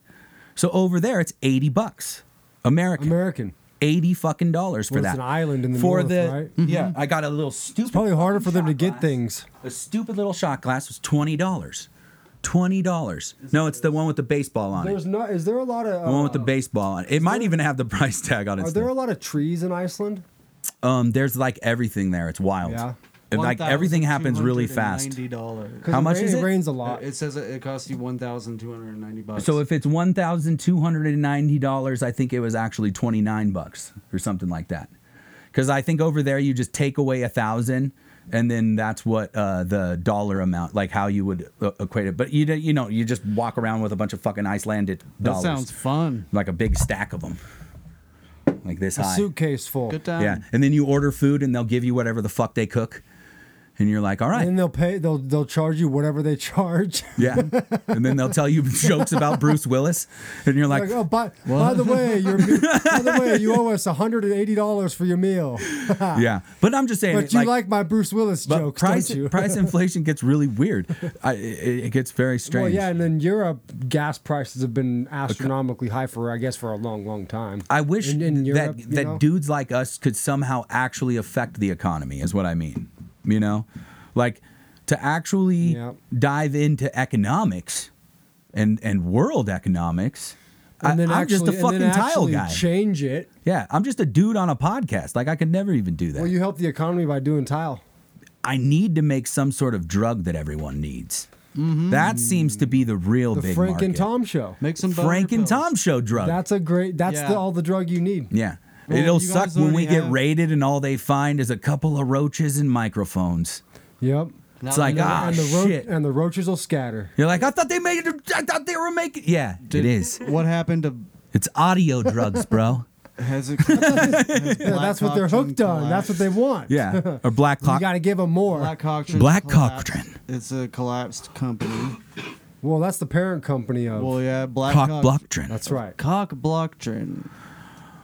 C: So over there, it's eighty bucks, American.
D: American.
C: eighty fucking dollars for
D: Well,
C: that.
D: it's an island in the
C: for
D: north,
C: the
D: right? Mm-hmm.
C: yeah. I got a little stupid.
D: It's probably harder for them to
C: shot
D: get
C: glass.
D: things.
C: A stupid little shot glass was twenty dollars. Twenty dollars. No, it's the one with the baseball on
D: There's
C: it.
D: not. Is there a lot of?
C: The one with the
D: uh,
C: baseball on it. It might even have the price tag on it.
D: Are there a lot of trees in Iceland?
C: um, there's like everything there. It's wild.
D: Yeah.
C: And like everything happens really fast.
E: $1,290.
D: 'Cause
C: How
D: it
C: much
D: rain-
C: is it?
D: It rains a lot.
E: It says it, it costs you one thousand two hundred ninety bucks.
C: So if it's one thousand two hundred and ninety dollars, I think it was actually twenty nine bucks or something like that. Because I think over there you just take away a thousand, and then that's what uh, the dollar amount, like how you would uh, equate it. But you don't- you know you just walk around with a bunch of fucking Icelandic
E: that
C: dollars,
E: sounds fun.
C: like a big stack of them, like this
D: A
C: high.
D: suitcase full.
E: Good time.
C: Yeah, and then you order food, and they'll give you whatever the fuck they cook, and you're like, all right.
D: And they'll pay. They'll they'll charge you whatever they charge.
C: yeah, and then they'll tell you jokes about Bruce Willis, and you're
D: like,
C: like,
D: oh, by, by the way, your me- by the way, you owe us hundred and eighty dollars for your meal.
C: yeah. But I'm just saying,
D: "Oh, But you like, my Bruce Willis
C: But
D: jokes,
C: price,
D: don't you?
C: price inflation gets really weird. I, it, it gets very
D: well,
C: strange.
D: yeah, and in Europe, gas prices have been astronomically high for, I guess, for a long, long time.
C: I wish
D: in, in Europe,
C: that
D: you
C: that
D: know?
C: dudes like us could somehow actually affect the economy. Is what I mean. You know, like to actually
D: Yeah.
C: dive into economics and and world economics. I,
D: And then
C: I'm
D: actually,
C: just a
D: and then
C: fucking tile
D: actually
C: guy.
D: Change it.
C: yeah, I'm just a dude on a podcast. Like I could never even do that.
D: Well, you help the economy by doing tile.
C: I need to make some sort of drug that everyone needs. That seems to be the real
D: Mm-hmm. The
C: big
D: Frank and
C: market.
D: Tom show.
E: Make some boner
C: Frank and
E: pills.
C: Tom show drug.
D: That's a great. That's
E: Yeah.
D: the, all the drug you need.
C: yeah.
E: Well,
C: It'll
E: you
C: suck
E: guys
C: when
E: already
C: we get
E: have-
C: raided and all they find is a couple of roaches and microphones.
D: Yep.
C: it's like, ah,
D: and the ro-
C: shit.
D: and the roaches will scatter.
C: You're like, I thought they made it. I thought they were making. Yeah, it is.
E: What happened to
C: It's audio drugs, bro.
E: has it? has
D: Yeah, that's what they're hooked on. That's what they want.
C: Yeah. Or Black
D: You
C: Clock.
D: got to give them more.
E: Black Coctrine.
C: Black
E: collapsed.
C: Coctrine.
E: It's a collapsed company.
D: Well, that's the parent company of.
E: Well, yeah, Black
C: Cock
E: Cock-
C: Blocktrine.
D: that's right.
E: Cock Blocktrine.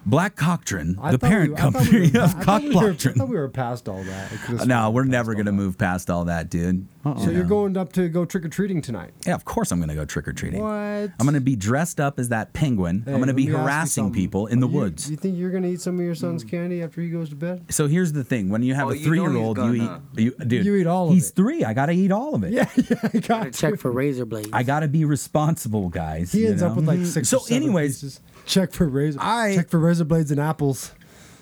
C: Black Coctrine,
D: I
C: the
D: thought we-
C: parent
D: I thought we
C: company
D: were- I
C: of
D: thought
C: Cock
D: we were- I thought
C: Blocktrine.
D: we were past all that. Like, this-
C: No, we're never going to move past all that, dude.
D: So you're going up to go trick or treating tonight.
C: Yeah, of course I'm going to go trick or treating. What? I'm going to be dressed up as that penguin.
D: Hey,
C: I'm going to
D: let
C: be
D: me ask you
C: harassing
D: something.
C: people in the
D: You-
C: woods. Mm.
D: You think you're gonna eat some of your son's candy after he goes to bed?
C: So here's the thing: when you have
G: Oh,
C: a
G: you know he's
C: three-year-old, you,
G: gonna-
C: eat, you dude.
D: You eat all of
C: He's
D: it.
C: three. I gotta eat all of it.
D: Yeah, yeah. I
F: Gotta
D: Got
F: check for razor blades.
C: I gotta be responsible, guys.
D: He
C: you
D: ends up
C: know? Mhm.
D: with like six.
C: So
D: or seven
C: anyways-
D: pieces. check for razor.
C: I-
D: check for razor blades and apples.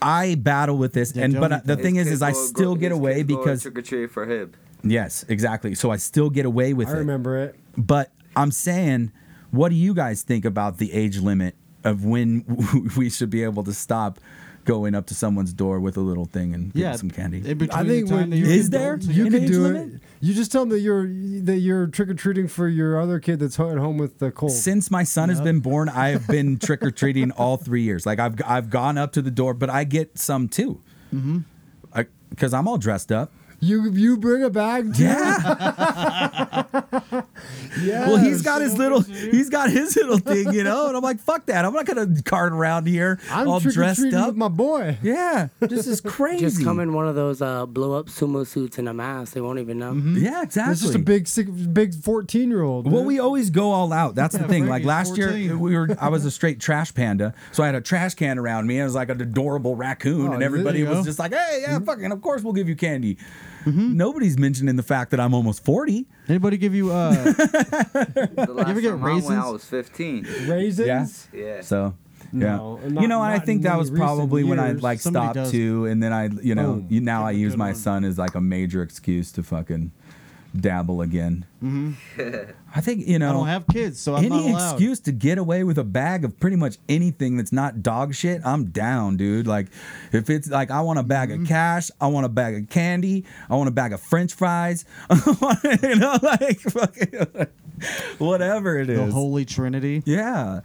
C: I battle with this, and but
E: don't
C: uh, the
G: His
C: thing is,
G: kids
C: is I
G: go-
C: still
G: go-
C: get
G: his
C: away
G: kids go
C: because
G: trick or treat for him.
C: yes, exactly. So I still get away with
D: I
C: it.
D: remember it.
C: But I'm saying, what do you guys think about the age limit of when we should be able to stop going up to someone's door with a little thing and give
E: Yeah,
C: some candy?
E: In between
D: I think
E: the time
D: when
E: that
D: you
E: you're
C: Is
E: adult
C: there?
E: to
D: You
C: An
D: can
C: age
D: do
C: limit?
D: it. You just tell them that you're that you're trick or treating for your other kid that's ho- at home with the cold.
C: since my son has been born, I have been trick or treating all three years. Like I've I've gone up to the door, but I get some too, because I'm all dressed up.
D: You you bring a bag? Too?
K: Yeah. Well, he's got his little, he's got his little thing, you know. And I'm like, fuck that. I'm not gonna cart around here
D: I'm
K: all dressed
D: trick-or-treating
K: up.
D: with my boy.
K: yeah, this is crazy.
F: Just come in one of those uh, blow up sumo suits and a mask. They won't even know.
C: Mm-hmm.
K: Yeah, exactly.
D: It's just a big six, big fourteen year old.
C: Well, we always go all out. That's the thing. Like
E: Frankie's
C: last year,
E: 14.
C: we were I was a straight trash panda, so I had a trash can around me. and I was like an adorable raccoon,
D: Oh,
C: and
D: there
C: everybody
D: you
C: was
D: go. Mm-hmm.
C: just like, "Hey, yeah, fucking, of course we'll give you candy." Nobody's mentioning the fact that I'm almost forty.
E: Anybody give you uh
G: The last
E: get
G: time I went, I
E: raisins?
G: was 15.
D: raisins.
C: Yeah.
G: Yeah.
C: So. Yeah,
D: No,
C: you
D: not-
C: know, and I
D: not
C: think
D: in
C: that
D: the
C: was
D: recent
C: probably when I
D: years.
C: like
E: Somebody
C: stopped
E: does.
C: too, and then I, you know,
D: Boom.
C: you, now I
E: Give a
C: use
E: good
C: my
E: one.
C: son as like a major excuse to fucking dabble again.
D: Mm-hmm.
C: I think you know
E: I don't have kids, so I'm not
C: any
E: allowed.
C: excuse to get away with a bag of pretty much anything that's not dog shit, I'm down, dude. Like, if it's like I want a bag
E: Mm-hmm.
C: of cash, I want a bag of candy, I want a bag of French fries, you know, like fucking whatever it is.
E: the Holy Trinity?
C: yeah.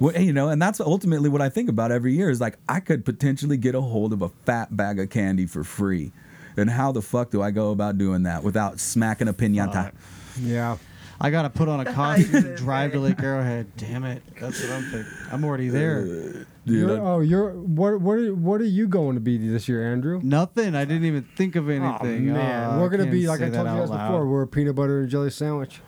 C: Well, you know, and that's ultimately what I think about every year is like I could potentially get a hold of a fat bag of candy for free. And how the fuck do I go about doing that without smacking a pinata?
D: yeah.
E: I gotta put on a costume and drive to Lake Arrowhead. Damn it. That's what I'm thinking. I'm
D: Uh,
E: already there.
C: Dude,
D: You're-
C: I-
D: oh, you're what? What? Are, what are you going to be this year, Andrew?
E: Nothing. I didn't even think of anything.
D: oh, man,
E: Oh,
D: we're gonna
E: can't
D: be like
E: say
D: I told
E: that
D: you
E: out
D: guys
E: loud.
D: before. We're a peanut butter and jelly sandwich.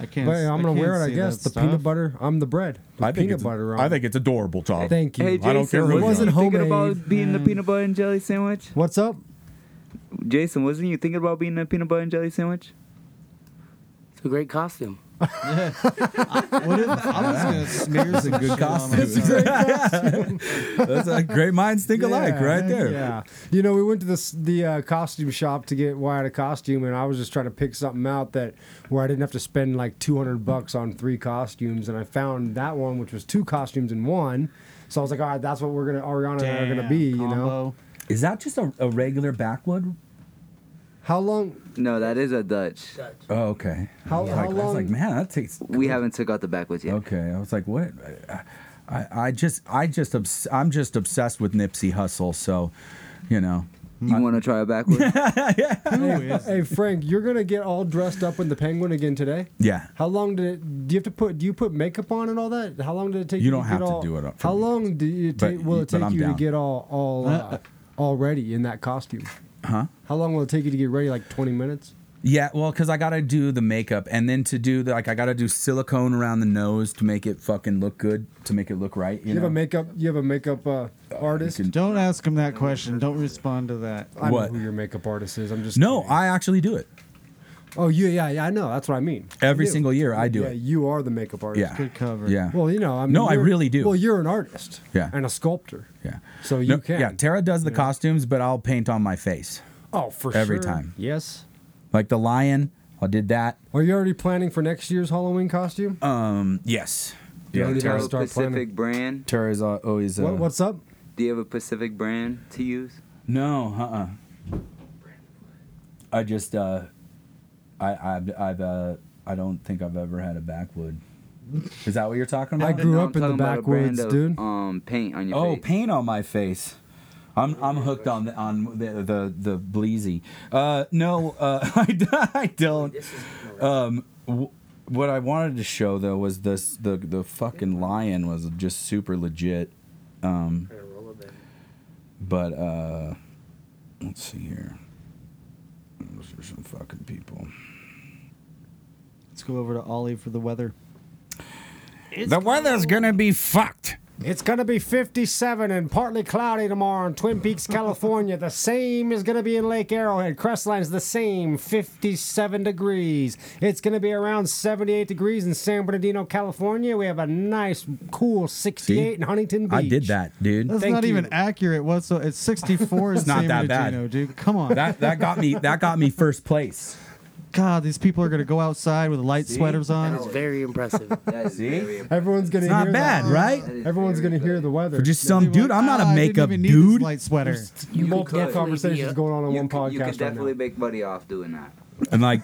E: I can't.
D: But I'm gonna
E: can't
D: wear it, I
E: say
D: guess.
E: that
D: The
E: stuff.
D: peanut butter. I'm the bread. With peanut
C: it's-
D: butter on.
C: I
D: it.
C: think it's adorable, Tom.
D: Thank you.
G: Hey,
C: I
G: Jason,
C: don't care who
G: wasn't
C: you are.
G: you thinking
D: Homemade.
G: about being the peanut butter and jelly sandwich?
D: What's up?
G: Jason, wasn't you thinking about being a peanut butter and jelly sandwich?
F: It's a great costume.
E: What if, I'm just gonna smear some good
C: costume. That's a great minds think alike,
D: Yeah,
C: right
D: heck
C: there.
D: Yeah. You know, we went to this the uh, costume shop to get why out a costume, and I was just trying to pick something out that where I didn't have to spend like 200 bucks on three costumes, and I found that one, which was two costumes in one. So I was like, all right, that's what we're gonna Ariana and I are gonna be. You know,
C: Is that just a, a regular backwood?
D: how long?
G: No, that is a Dutch.
C: Oh, okay. I
D: How-
C: was
D: how
C: like, I was
D: long-
C: like, man, that takes.
G: We haven't took out the backwards yet.
C: Okay, I was like, what? I, I, I just, I just, obs- I'm just obsessed with Nipsey Hussle. So, you know,
G: You want to try a backwards?
D: Hey Frank, you're gonna get all dressed up in the penguin again today.
C: yeah.
D: How long did it, do you have to put? Do you put makeup on and all that? How long did it take?
C: You don't
D: get
C: have to
D: all-
C: do it up for
D: How
C: me.
D: long do you
C: But
D: take? Will
C: you-
D: it
C: but
D: take
C: I'm
D: you
C: down.
D: to get all all uh, all ready in that costume? Huh? How long will it take you to get ready? Like twenty minutes?
C: Yeah, well, because I gotta do the makeup, and then to do the, like, I gotta do silicone around the nose to make it fucking look good, to make it look right. You,
D: You,
C: know?
D: have a makeup. You have a makeup uh, artist.
C: can-
E: Don't ask him that question. Don't respond to that.
D: I
C: What?
D: know who your makeup artist is. I'm just
C: no,
D: kidding.
C: I actually do it
D: oh you yeah yeah I know that's what I mean.
C: every
D: You.
C: single year. I do
D: yeah,
C: it.
D: you are the makeup artist.
C: Yeah.
E: Good cover.
C: Yeah.
D: Well, you know, I mean,
C: No, I
D: you're-
C: really do.
D: Well, you're an artist.
C: Yeah.
D: And a sculptor.
C: Yeah.
D: So you can.
C: Yeah, Tara does the costumes, but I'll paint on my face.
D: Oh, for
C: every
D: sure.
C: time.
D: Yes.
C: Like the lion, I did that.
D: Are you already planning for next year's Halloween costume?
C: Um, yes.
D: You
C: Yeah,
D: already
G: Do you
D: gotta
G: have a
D: start
G: Pacific
D: planning.
G: brand?
C: Tara is al- always. Uh,
D: What, what's up?
G: Do you have a Pacific brand to use?
C: No, uh. uh I just, uh, I, I've, I've, uh, I don't think I've ever had a backwood. Is that what you're talking
D: I
C: about?
D: grew
G: No, I'm
D: up in the
G: talking about a
D: backwoods,
G: brand of,
D: dude.
G: Um, paint on your
C: Oh,
G: face.
C: paint on my face. I'm I'm hooked on the on the the, the bleezy. Uh, no, uh, I, d- I don't. Um, w- what I wanted to show though was this the the fucking lion was just super legit. Um, but uh, let's see here. Those are some fucking people.
E: Let's go over to Ollie for the weather.
C: the weather's gonna be fucked.
D: It's going to be 57 and partly cloudy tomorrow in Twin Peaks, California. The same is going to be in Lake Arrowhead. Crestline's the same, 57 degrees. It's going to be around 78 degrees in San Bernardino, California. We have a nice, cool 68 in Huntington Beach.
C: I did that, dude.
E: That's
D: Thank
E: not even
D: you.
E: accurate whatsoever. It's 64 it's
C: not that bad.
E: dude. Come on.
C: That that got me that got me first place.
E: God, these people are gonna go outside with light sweaters
F: That is
E: on.
F: very impressive.
G: That is
C: See?
G: very impressive.
D: Everyone's going to
C: It's
D: hear
C: not bad,
D: that.
C: right?
G: That is
D: Everyone's
G: very
D: going to hear
G: good.
D: the weather.
C: For just some
E: They're like,
C: dude, I'm not
E: "Ah, I
C: a
E: didn't
C: makeup
E: even need this
C: dude.
E: light sweater.
F: You
D: multiple
F: could-
D: conversations
F: Yeah.
D: going on in
G: You
D: one
G: could-
D: podcast
G: You could definitely
D: right now.
G: make money off doing that.
C: and like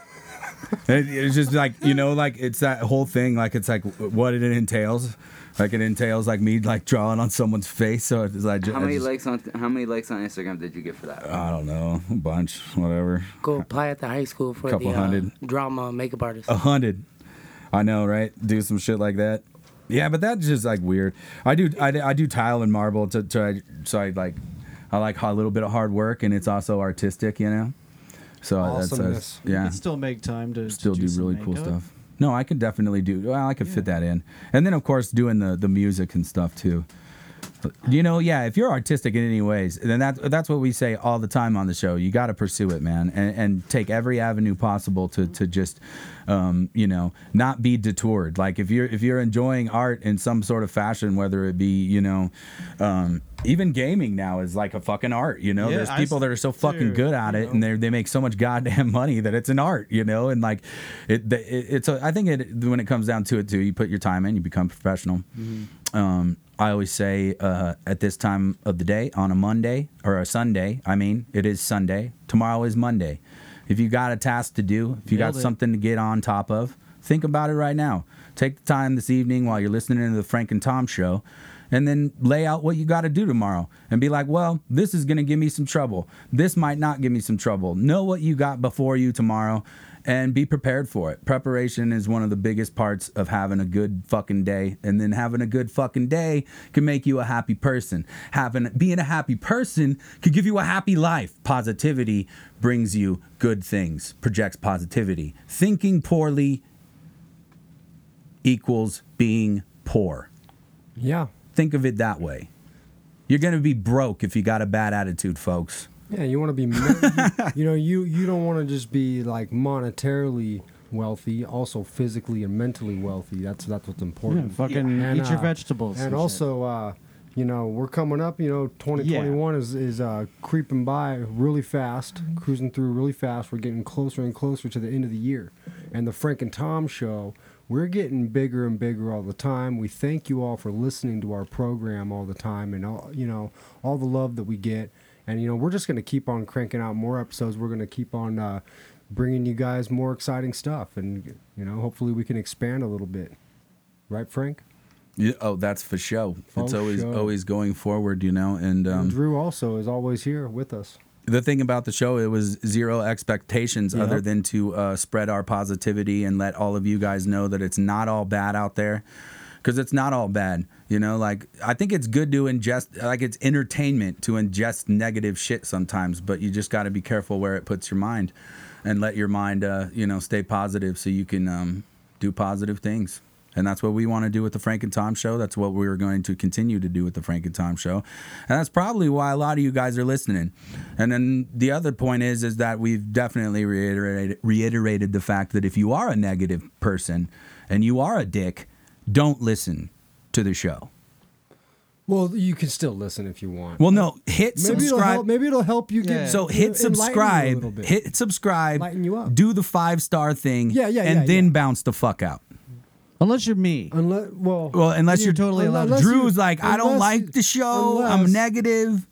C: it- it's just like you know like it's that whole thing like it's like what it entails Like it entails like me like drawing on someone's face. So it's like ju-
G: How
C: I
G: many
C: just-
G: likes on How many likes on Instagram did you get for that?
C: I don't know, a bunch, whatever.
F: Go apply at the high school for
C: Couple
F: the uh,
C: hundred. Oh,
F: drama makeup artist.
C: A hundred. I know, right? Do some shit like that. Yeah, but that's just like weird. I do, I, do- I do tile and marble to, to so I like, I like a little bit of hard work and it's also artistic, you know. So
D: Awesomeness.
C: that's uh, yeah.
E: You can still make time to to
C: still do,
E: some
C: really cool
E: makeup.
C: stuff. No, I could definitely do. Well, I could fit that in, and then of course doing the the music and stuff too. But, You know, yeah. If you're artistic in any ways, then that that's what we say all the time on the show. You got to pursue it, man, and, and take every avenue possible to to just, um, you know, not be detoured. Like if you're if you're enjoying art in some sort of fashion, whether it be you know, um, even gaming now is like a fucking art. You know,
E: Yeah,
C: there's
E: I
C: people
E: s-
C: that are so fucking
E: dude,
C: good at it, and they they make so much goddamn money that it's an art, you know. And like, it, the- it it's a, I think it when it comes down to it too, you put your time in, you become professional. Um, I always say uh, at this time of the day on a Monday or a Sunday. I mean, it is Sunday. Tomorrow is Monday. If you got a task to do, if you
E: Nailed
C: got
E: it.
C: something to get on top of, think about it right now. Take the time this evening while you're listening to the Frank and Tom show and then lay out what you got to do tomorrow and be like, well, this is going to give me some trouble. This might not give me some trouble. Know what you got before you tomorrow and be prepared for it. Preparation is one of the biggest parts of having a good fucking day. And then having a good fucking day can make you a happy person. Having being a happy person could give you a happy life. Positivity brings you good things, projects positivity. Thinking poorly equals being poor
D: Yeah.
C: think of it that way. You're gonna be broke if you got a bad attitude, folks.
D: Yeah, you want to be, mo- you know, you you don't want to just be like monetarily wealthy, also physically and mentally wealthy. That's that's what's
E: Yeah,
D: important.
E: fucking
D: And,
E: eat your
D: uh,
E: vegetables.
D: And
E: shit.
D: also, uh, you know, we're coming up. You know, 2021 is is uh, creeping by really fast, cruising through really fast. We're getting closer and closer to the end of the year, and the Frank and Tom show. We're getting bigger and bigger all the time. We thank you all for listening to our program all the time, and all you know, all the love that we get. And you know, we're just gonna keep on cranking out more episodes. We're gonna keep on uh, bringing you guys more exciting stuff, and you know, hopefully we can expand a little bit. Right, Frank?
C: Yeah, oh, that's for show. it's
D: For
C: always
D: show.
C: always going forward, you know. And um,
D: Drew also is always here with us.
C: the thing about the show, it was zero expectations other than to uh, spread our positivity and let all of you guys know that it's not all bad out there. Because it's not all bad, you know. Like I think it's good to ingest, like it's entertainment to ingest negative shit sometimes, but you just got to be careful where it puts your mind, and let your mind, uh, you know, stay positive so you can um, do positive things. And that's what we want to do with the Frank and Tom show. That's what we're going to continue to do with the Frank and Tom show. And that's probably why a lot of you guys are listening. And then the other point is is that we've definitely reiterated reiterated the fact that if you are a negative person and you are a dick, don't listen to the show.
D: Well, you can still listen if you want.
C: Well, no, hit
D: maybe it'll
C: subscribe.
D: help. Maybe it'll help you get
C: so
D: enlighten you
C: hit
D: a little
C: subscribe.
D: bit.
C: Hit subscribe.
D: Lighten you up.
C: Do the five star thing.
D: Yeah, yeah,
C: And
D: yeah,
C: then
D: yeah.
C: bounce the fuck out.
E: unless you're me,
D: unless well,
C: Well, unless
E: You're
C: you're,
E: totally allowed to-
D: Unless you-
C: Drew's like, I don't
D: unless
C: like
D: you-
C: the show. I'm
D: unless-
C: negative.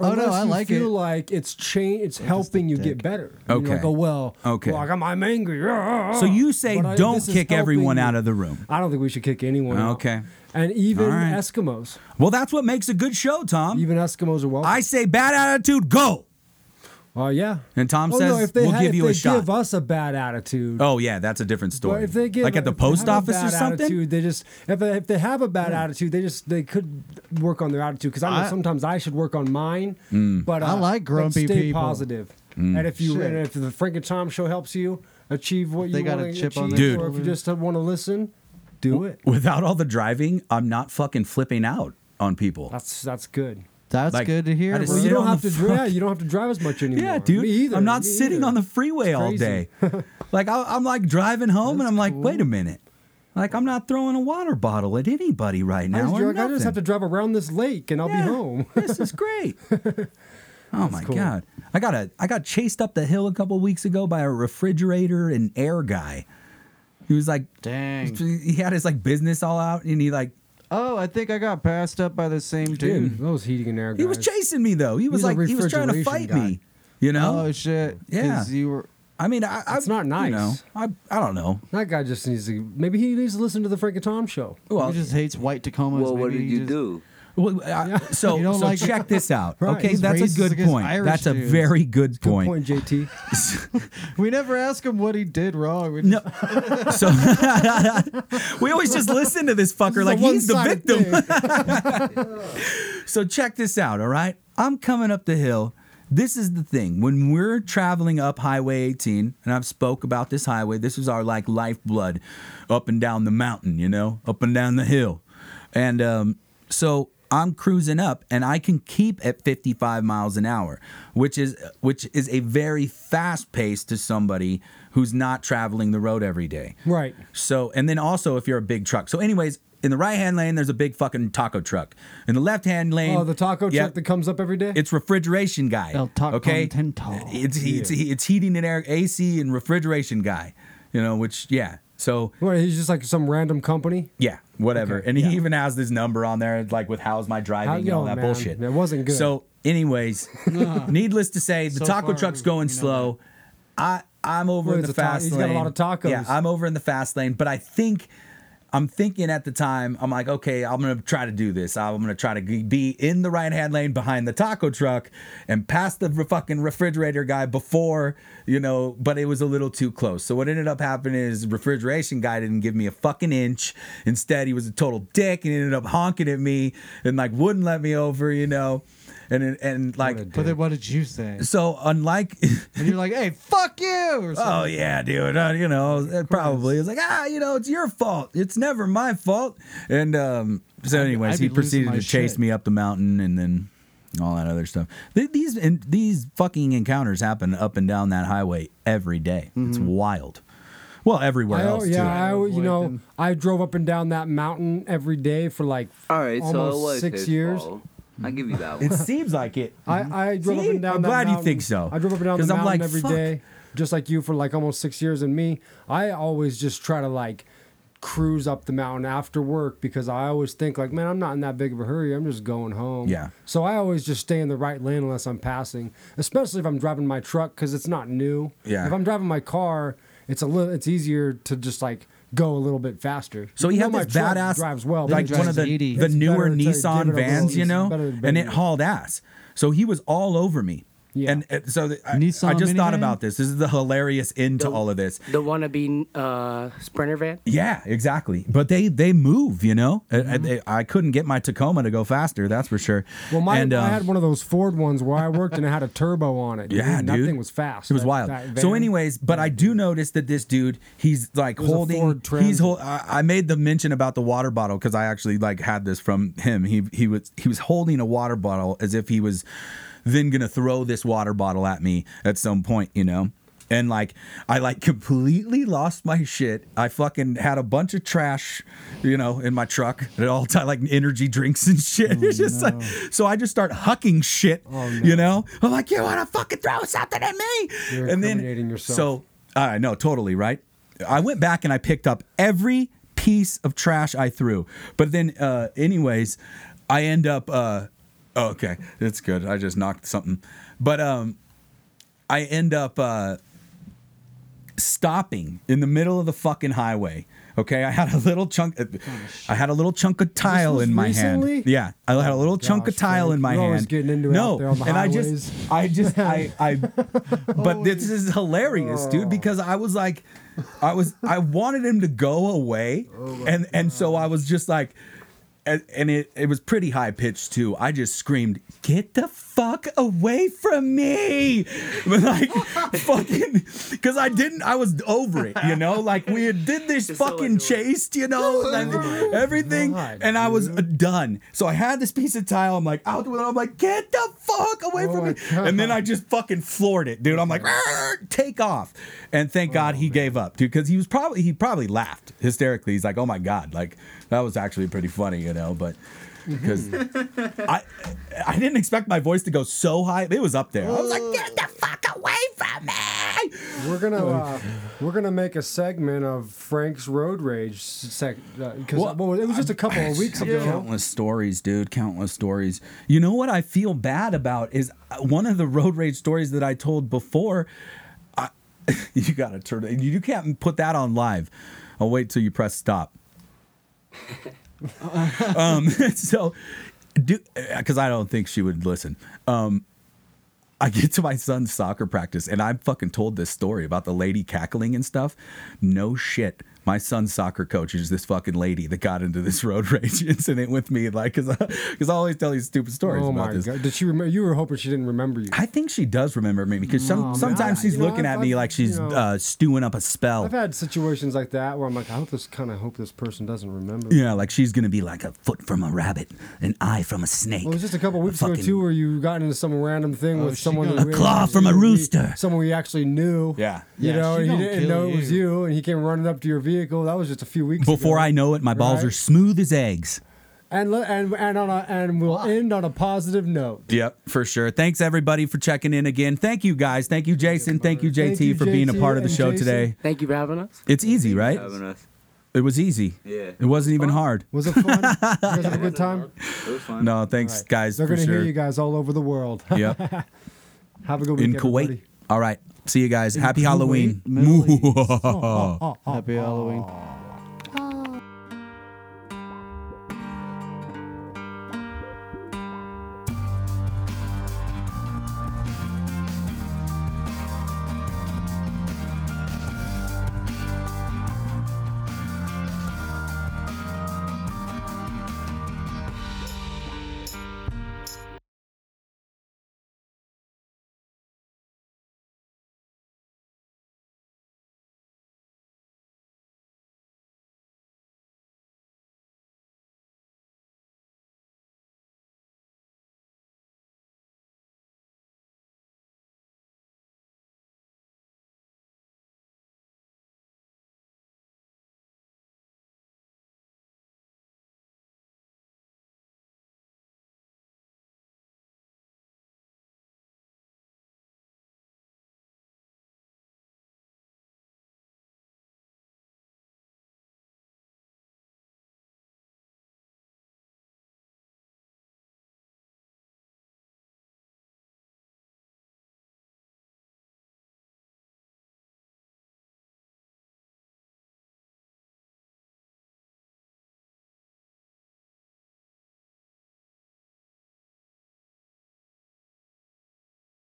E: Oh, no,
D: unless
E: I
D: you
E: like
D: feel
E: it.
D: like it's change. It's helping you get better. You're
C: Okay.
D: Like, oh well.
C: Okay.
D: Like I'm, I'm angry. Ah." So
C: So you say don't kick everyone out of the room.
D: I don't think we should kick anyone. out.
C: Okay.
D: And even
C: All right.
D: Eskimos.
C: Well, that's what makes a good show, Tom.
D: Even Eskimos are welcome.
C: I say bad attitude, go.
D: Oh yeah.
C: And Tom
D: Oh,
C: says,
D: no, if they
C: "We'll
D: had-
C: give
D: if
C: you a
D: they
C: shot."
D: give us a bad attitude.
C: Oh yeah, that's a different
D: But
C: story.
D: if they give
C: like at the
D: if they
C: post
D: have a
C: office or
D: bad
C: something.
D: attitude, they just if they, if they have a bad attitude, they just they could work on their attitude. Because I know
E: I-
D: sometimes I should work on mine.
C: Mm.
D: But uh,
E: I like
D: but
E: grumpy
D: stay
E: people.
D: positive. And if you and if the Frank and Tom show helps you achieve what
E: They
D: you
E: got a
D: want to
E: chip
D: achieve,
E: on
C: their
D: or if you
E: shoulder.
D: just want to listen, do it.
C: Without all the driving, I'm not fucking flipping out on people.
D: That's that's good.
E: that's
C: Like,
E: good to hear.
C: I just
E: bro.
D: Well,
C: sit
D: you don't
C: on
D: have
C: the
D: to drive. Yeah,
C: front.
D: you don't have to drive as much anymore.
C: Yeah, dude.
D: Me either.
C: I'm not
D: me
C: sitting
D: either.
C: on the freeway all
D: crazy.
C: day. like I, I'm like driving home, and I'm like, wait a minute. Like I'm not throwing a water bottle at anybody right
D: I
C: now.
D: just,
C: or
D: you're like, I just
C: nothing.
D: have to drive around this lake and I'll
C: Yeah,
D: be home.
C: this is great. Oh my god! I got a I got chased up the hill a couple weeks ago by a refrigerator and air guy. He was like,
E: Dang.
C: he had his like business all out, and he like
E: Oh, I think I got passed up by the same dude.
D: Dude, those heating and air guys.
C: he was chasing me though. He was
D: He's a
C: like he was trying to fight
D: refrigeration guy.
C: me, you know.
E: Oh shit!
C: Yeah.
E: 'Cause you were
C: I mean, I, I
D: It's not nice.
C: You know, I I don't know.
D: That guy just needs to. Maybe he needs to listen to the Frank and Tom show.
C: Well,
E: he just hates white Tacomas.
G: Well, what
E: Maybe he
G: did you
E: just-
G: do?
C: well, I- so
E: You don't
C: so
E: like-
C: check this out.
D: Right.
C: Okay,
D: He's
C: that's a
E: racist
C: good
E: against
C: point.
E: Irish
C: that's a
E: dudes.
C: very good
D: Good
C: point.
D: point, JT.
E: We never ask him what he did wrong. We
C: No, so we always just listen to this fucker like he's the
D: one-sided
C: victim.
D: thing.
C: So check this out, all right? I'm coming up the hill. This is the thing. When we're traveling up Highway 18, and I've spoke about this highway, this is our like lifeblood up and down the mountain, you know, up and down the hill. And um, so I'm cruising up and I can keep at 55 miles an hour, which is which is a very fast pace to somebody who's not traveling the road every day.
D: Right.
C: So, and then also if you're a big truck. So, anyways, in the right hand lane, there's a big fucking taco truck. In the left hand lane,
D: Oh, the taco
C: yeah,
D: truck that comes up every day.
C: It's refrigeration guy.
E: El taco
C: okay,
E: contento.
C: it's it's, it's heating and air, AC and refrigeration guy. You know, which yeah. So
D: What, he's just like some random company.
C: yeah, whatever. and he even has this number on there, like with how's my driving
D: How-
C: and all
D: yo,
C: that
D: man,
C: bullshit.
D: that wasn't good.
C: So, anyways, needless to say, the
E: So
C: taco
E: far,
C: truck's
E: we-
C: going
E: we know
C: slow. I I'm over
D: Well,
C: in the
D: it's a ta-
C: fast
D: he's
C: lane.
D: got a lot of tacos.
C: Yeah, I'm over in the fast lane, but I think. I'm thinking at the time, I'm like, okay, I'm gonna try to do this. I'm gonna try to g- be in the right hand lane behind the taco truck and past the re- fucking refrigerator guy before, you know, but it was a little too close. So what ended up happening is refrigeration guy didn't give me a fucking inch. Instead, he was a total dick and he ended up honking at me and like wouldn't let me over, you know. And and, and like
E: But then what did you say?
C: so unlike
E: And you're like, hey, fuck you. Or something.
C: Oh yeah, dude. Uh, you know, it probably it's like ah, you know, it's your fault. It's never my fault. And um, so, anyways,
E: I'd
C: he
E: be losing
C: proceeded
E: my
C: to chase
E: shit.
C: me up the mountain and then all that other stuff. Th- These and these fucking encounters happen up and down that highway every day. It's
E: Mm-hmm.
C: wild. Well, everywhere
D: I,
C: else
D: yeah,
C: too.
D: I, you
E: Avoid
D: know,
E: them.
D: I drove up and down that mountain every day for like
G: All right, so it
D: almost
G: was
D: six
G: his
D: years.
G: fault. I give you that
C: it
G: one.
C: seems like it.
D: I, I drove
C: Mm-hmm. See?
D: up and down.
C: I'm
D: that
C: glad you
D: mountain.
C: think so.
D: I drove up and down the
C: 'Cause I'm
D: mountain
C: like,
D: every day,
C: fuck.
D: just like you, for like almost six years. And me, I always just try to like cruise up the mountain after work because I always think like, man, I'm not in that big of a hurry. I'm just going home.
C: Yeah.
D: So I always just stay in the right lane unless I'm passing, especially if I'm driving my truck because it's not new.
C: Yeah.
D: If I'm driving my car, it's a little. It's easier to just like go a little bit faster.
C: So he had
D: Even though
C: this
D: my truck
C: badass,
D: drives well, but
C: like
D: it
C: one of
D: drives
C: the
E: 80.
C: the
D: It's
C: newer
D: better to give it
C: Nissan
D: a
C: vans,
D: little-
C: you know,
D: better to
C: and it
D: bend it.
C: hauled ass. So he was all over me.
D: Yeah.
C: And uh, so the, I,
E: Nissan
C: I just thought
E: minivan?
C: about this. This is the hilarious end to all of this.
F: The wannabe uh, sprinter van.
C: Yeah, exactly. But they they move, you know. Uh, uh, they- I, couldn't get my Tacoma to go faster. That's for sure.
D: Mm-hmm. Well, my,
C: And,
D: I
C: um,
D: had one of those Ford ones where I worked and it had a turbo on it.
C: Yeah,
D: dude.
C: dude.
D: That thing was fast.
C: It was
D: That-
C: wild.
D: that
C: so,
D: van.
C: anyways, but I do notice that this dude, he's like
D: a
C: holding.
D: Ford Transit.
C: He's hold. I, I made the mention about the water bottle because I actually like had this from him. He he was he was holding a water bottle as if he was then gonna throw this water bottle at me at some point, you know. And like I like completely lost my shit. I fucking had a bunch of trash, you know, in my truck at all time, like energy drinks and shit. it's just
D: Oh,
C: like so I just start hucking shit, you know. I'm like, you want to fucking throw something at me?
D: You're incriminating yourself.
C: so I know, totally, right? I went back and I picked up every piece of trash I threw. But then, uh, anyways, I end up. Uh, oh, okay, it's good. I just knocked something. But um, I end up. Uh, stopping in the middle of the fucking highway. Okay, I had a little chunk. uh, I had a little chunk of tile
D: was
C: in my
D: recently? Oh
C: hand. Yeah, I had a little chunk of
D: gosh,
C: tile
D: Frank,
C: in my
D: you're
C: hand.
D: always getting into it
C: no,
D: out there on the
C: and
D: highways.
C: I just, I just, I, I. But this is hilarious, dude, because I was like, I was, I wanted him to go away, and and so I was just like. And and it, it was pretty high pitched too. I just screamed, "Get the fuck away from me!" But like fucking, because I didn't. I was over it, you know. Like we had did this
G: Just so
C: fucking
G: annoying.
C: chase, you know, like, everything,
D: God,
C: and I was uh, done. So I had this piece of tile. I'm like out with it. I'm like, "Get the fuck away
D: Oh
C: from
D: my
C: me!" And then I just fucking floored it, dude. I'm like, "Arr, "Take off!" And thank
D: Oh,
C: God he gave up, dude, because he was probably he probably laughed hysterically. He's like, "Oh my god, like that was actually pretty funny," you know, but
D: Mm-hmm.
C: because I I didn't expect my voice to go so high. It was up there. I was like, get the fuck away from me.
D: we're gonna uh, we're gonna make a segment of Frank's road rage sec because
C: Well,
D: well, it was just a couple of weeks ago.
C: Countless stories, dude. Countless stories. You know what I feel bad about is uh, one of the road rage stories that I told before. I, you gotta turn it. You can't put that on live. I'll wait till you press stop. um, so, because I don't think she would listen. Um, I get to my son's soccer practice and I'm fucking told this story about the lady cackling and stuff. No shit. My son's soccer coach is this fucking lady that got into this road rage incident with me, like, cause I, cause I always tell these stupid stories
D: Oh
C: about
D: my
C: this.
D: god! Did she remember? You were hoping she didn't remember you.
C: I think she does remember me because some,
D: No, Oh, man,
C: sometimes
D: I-
C: she's
D: you know,
C: looking
D: I've-
C: at me
D: I've-
C: like she's
D: you know-
C: uh, stewing up a spell.
D: I've had situations like that where I'm like, I hope this kind of hope this person doesn't remember.
C: yeah, like she's gonna be like a foot from a rabbit, an eye from a snake.
D: Well, it was just a couple weeks ago
C: fucking-
D: too, where you got into some random thing
E: Oh,
D: with
E: she
D: someone.
E: gonna-
D: who
E: A
D: we-
C: claw from a
D: we-
C: rooster.
D: Someone we actually knew.
C: Yeah.
D: You
E: Yeah,
D: know,
E: she
D: and you
E: gonna
D: didn't
E: kill
D: know it was
E: you.
D: you, and he came running up to your vehicle. That was just a few weeks
C: Before
D: ago.
C: I know it, my balls
D: Right.
C: are smooth as eggs.
D: and le- and and on a, and we'll end on a positive note.
C: Yep, for sure. Thanks everybody for checking in again. Thank you guys. Thank you, Jason. Thank you, JT,
D: Thank you,
C: for being a
D: JT
C: part of the
D: and
C: show
D: Jason.
C: today.
F: Thank you for having us.
C: It's easy, right?
G: Having us.
C: It was easy.
G: Yeah.
C: It wasn't even hard.
D: Was it fun? you guys have a good time.
G: It was fun.
C: No, thanks guys.
D: They're
C: for
D: gonna
C: sure.
D: hear you guys all over the world.
C: Yep.
D: have a good
C: In
D: weekend,
C: Kuwait.
D: everybody.
C: All right. See you guys. Happy
E: Kuwait,
C: Halloween.
D: Oh,
E: Middle East. Happy Halloween.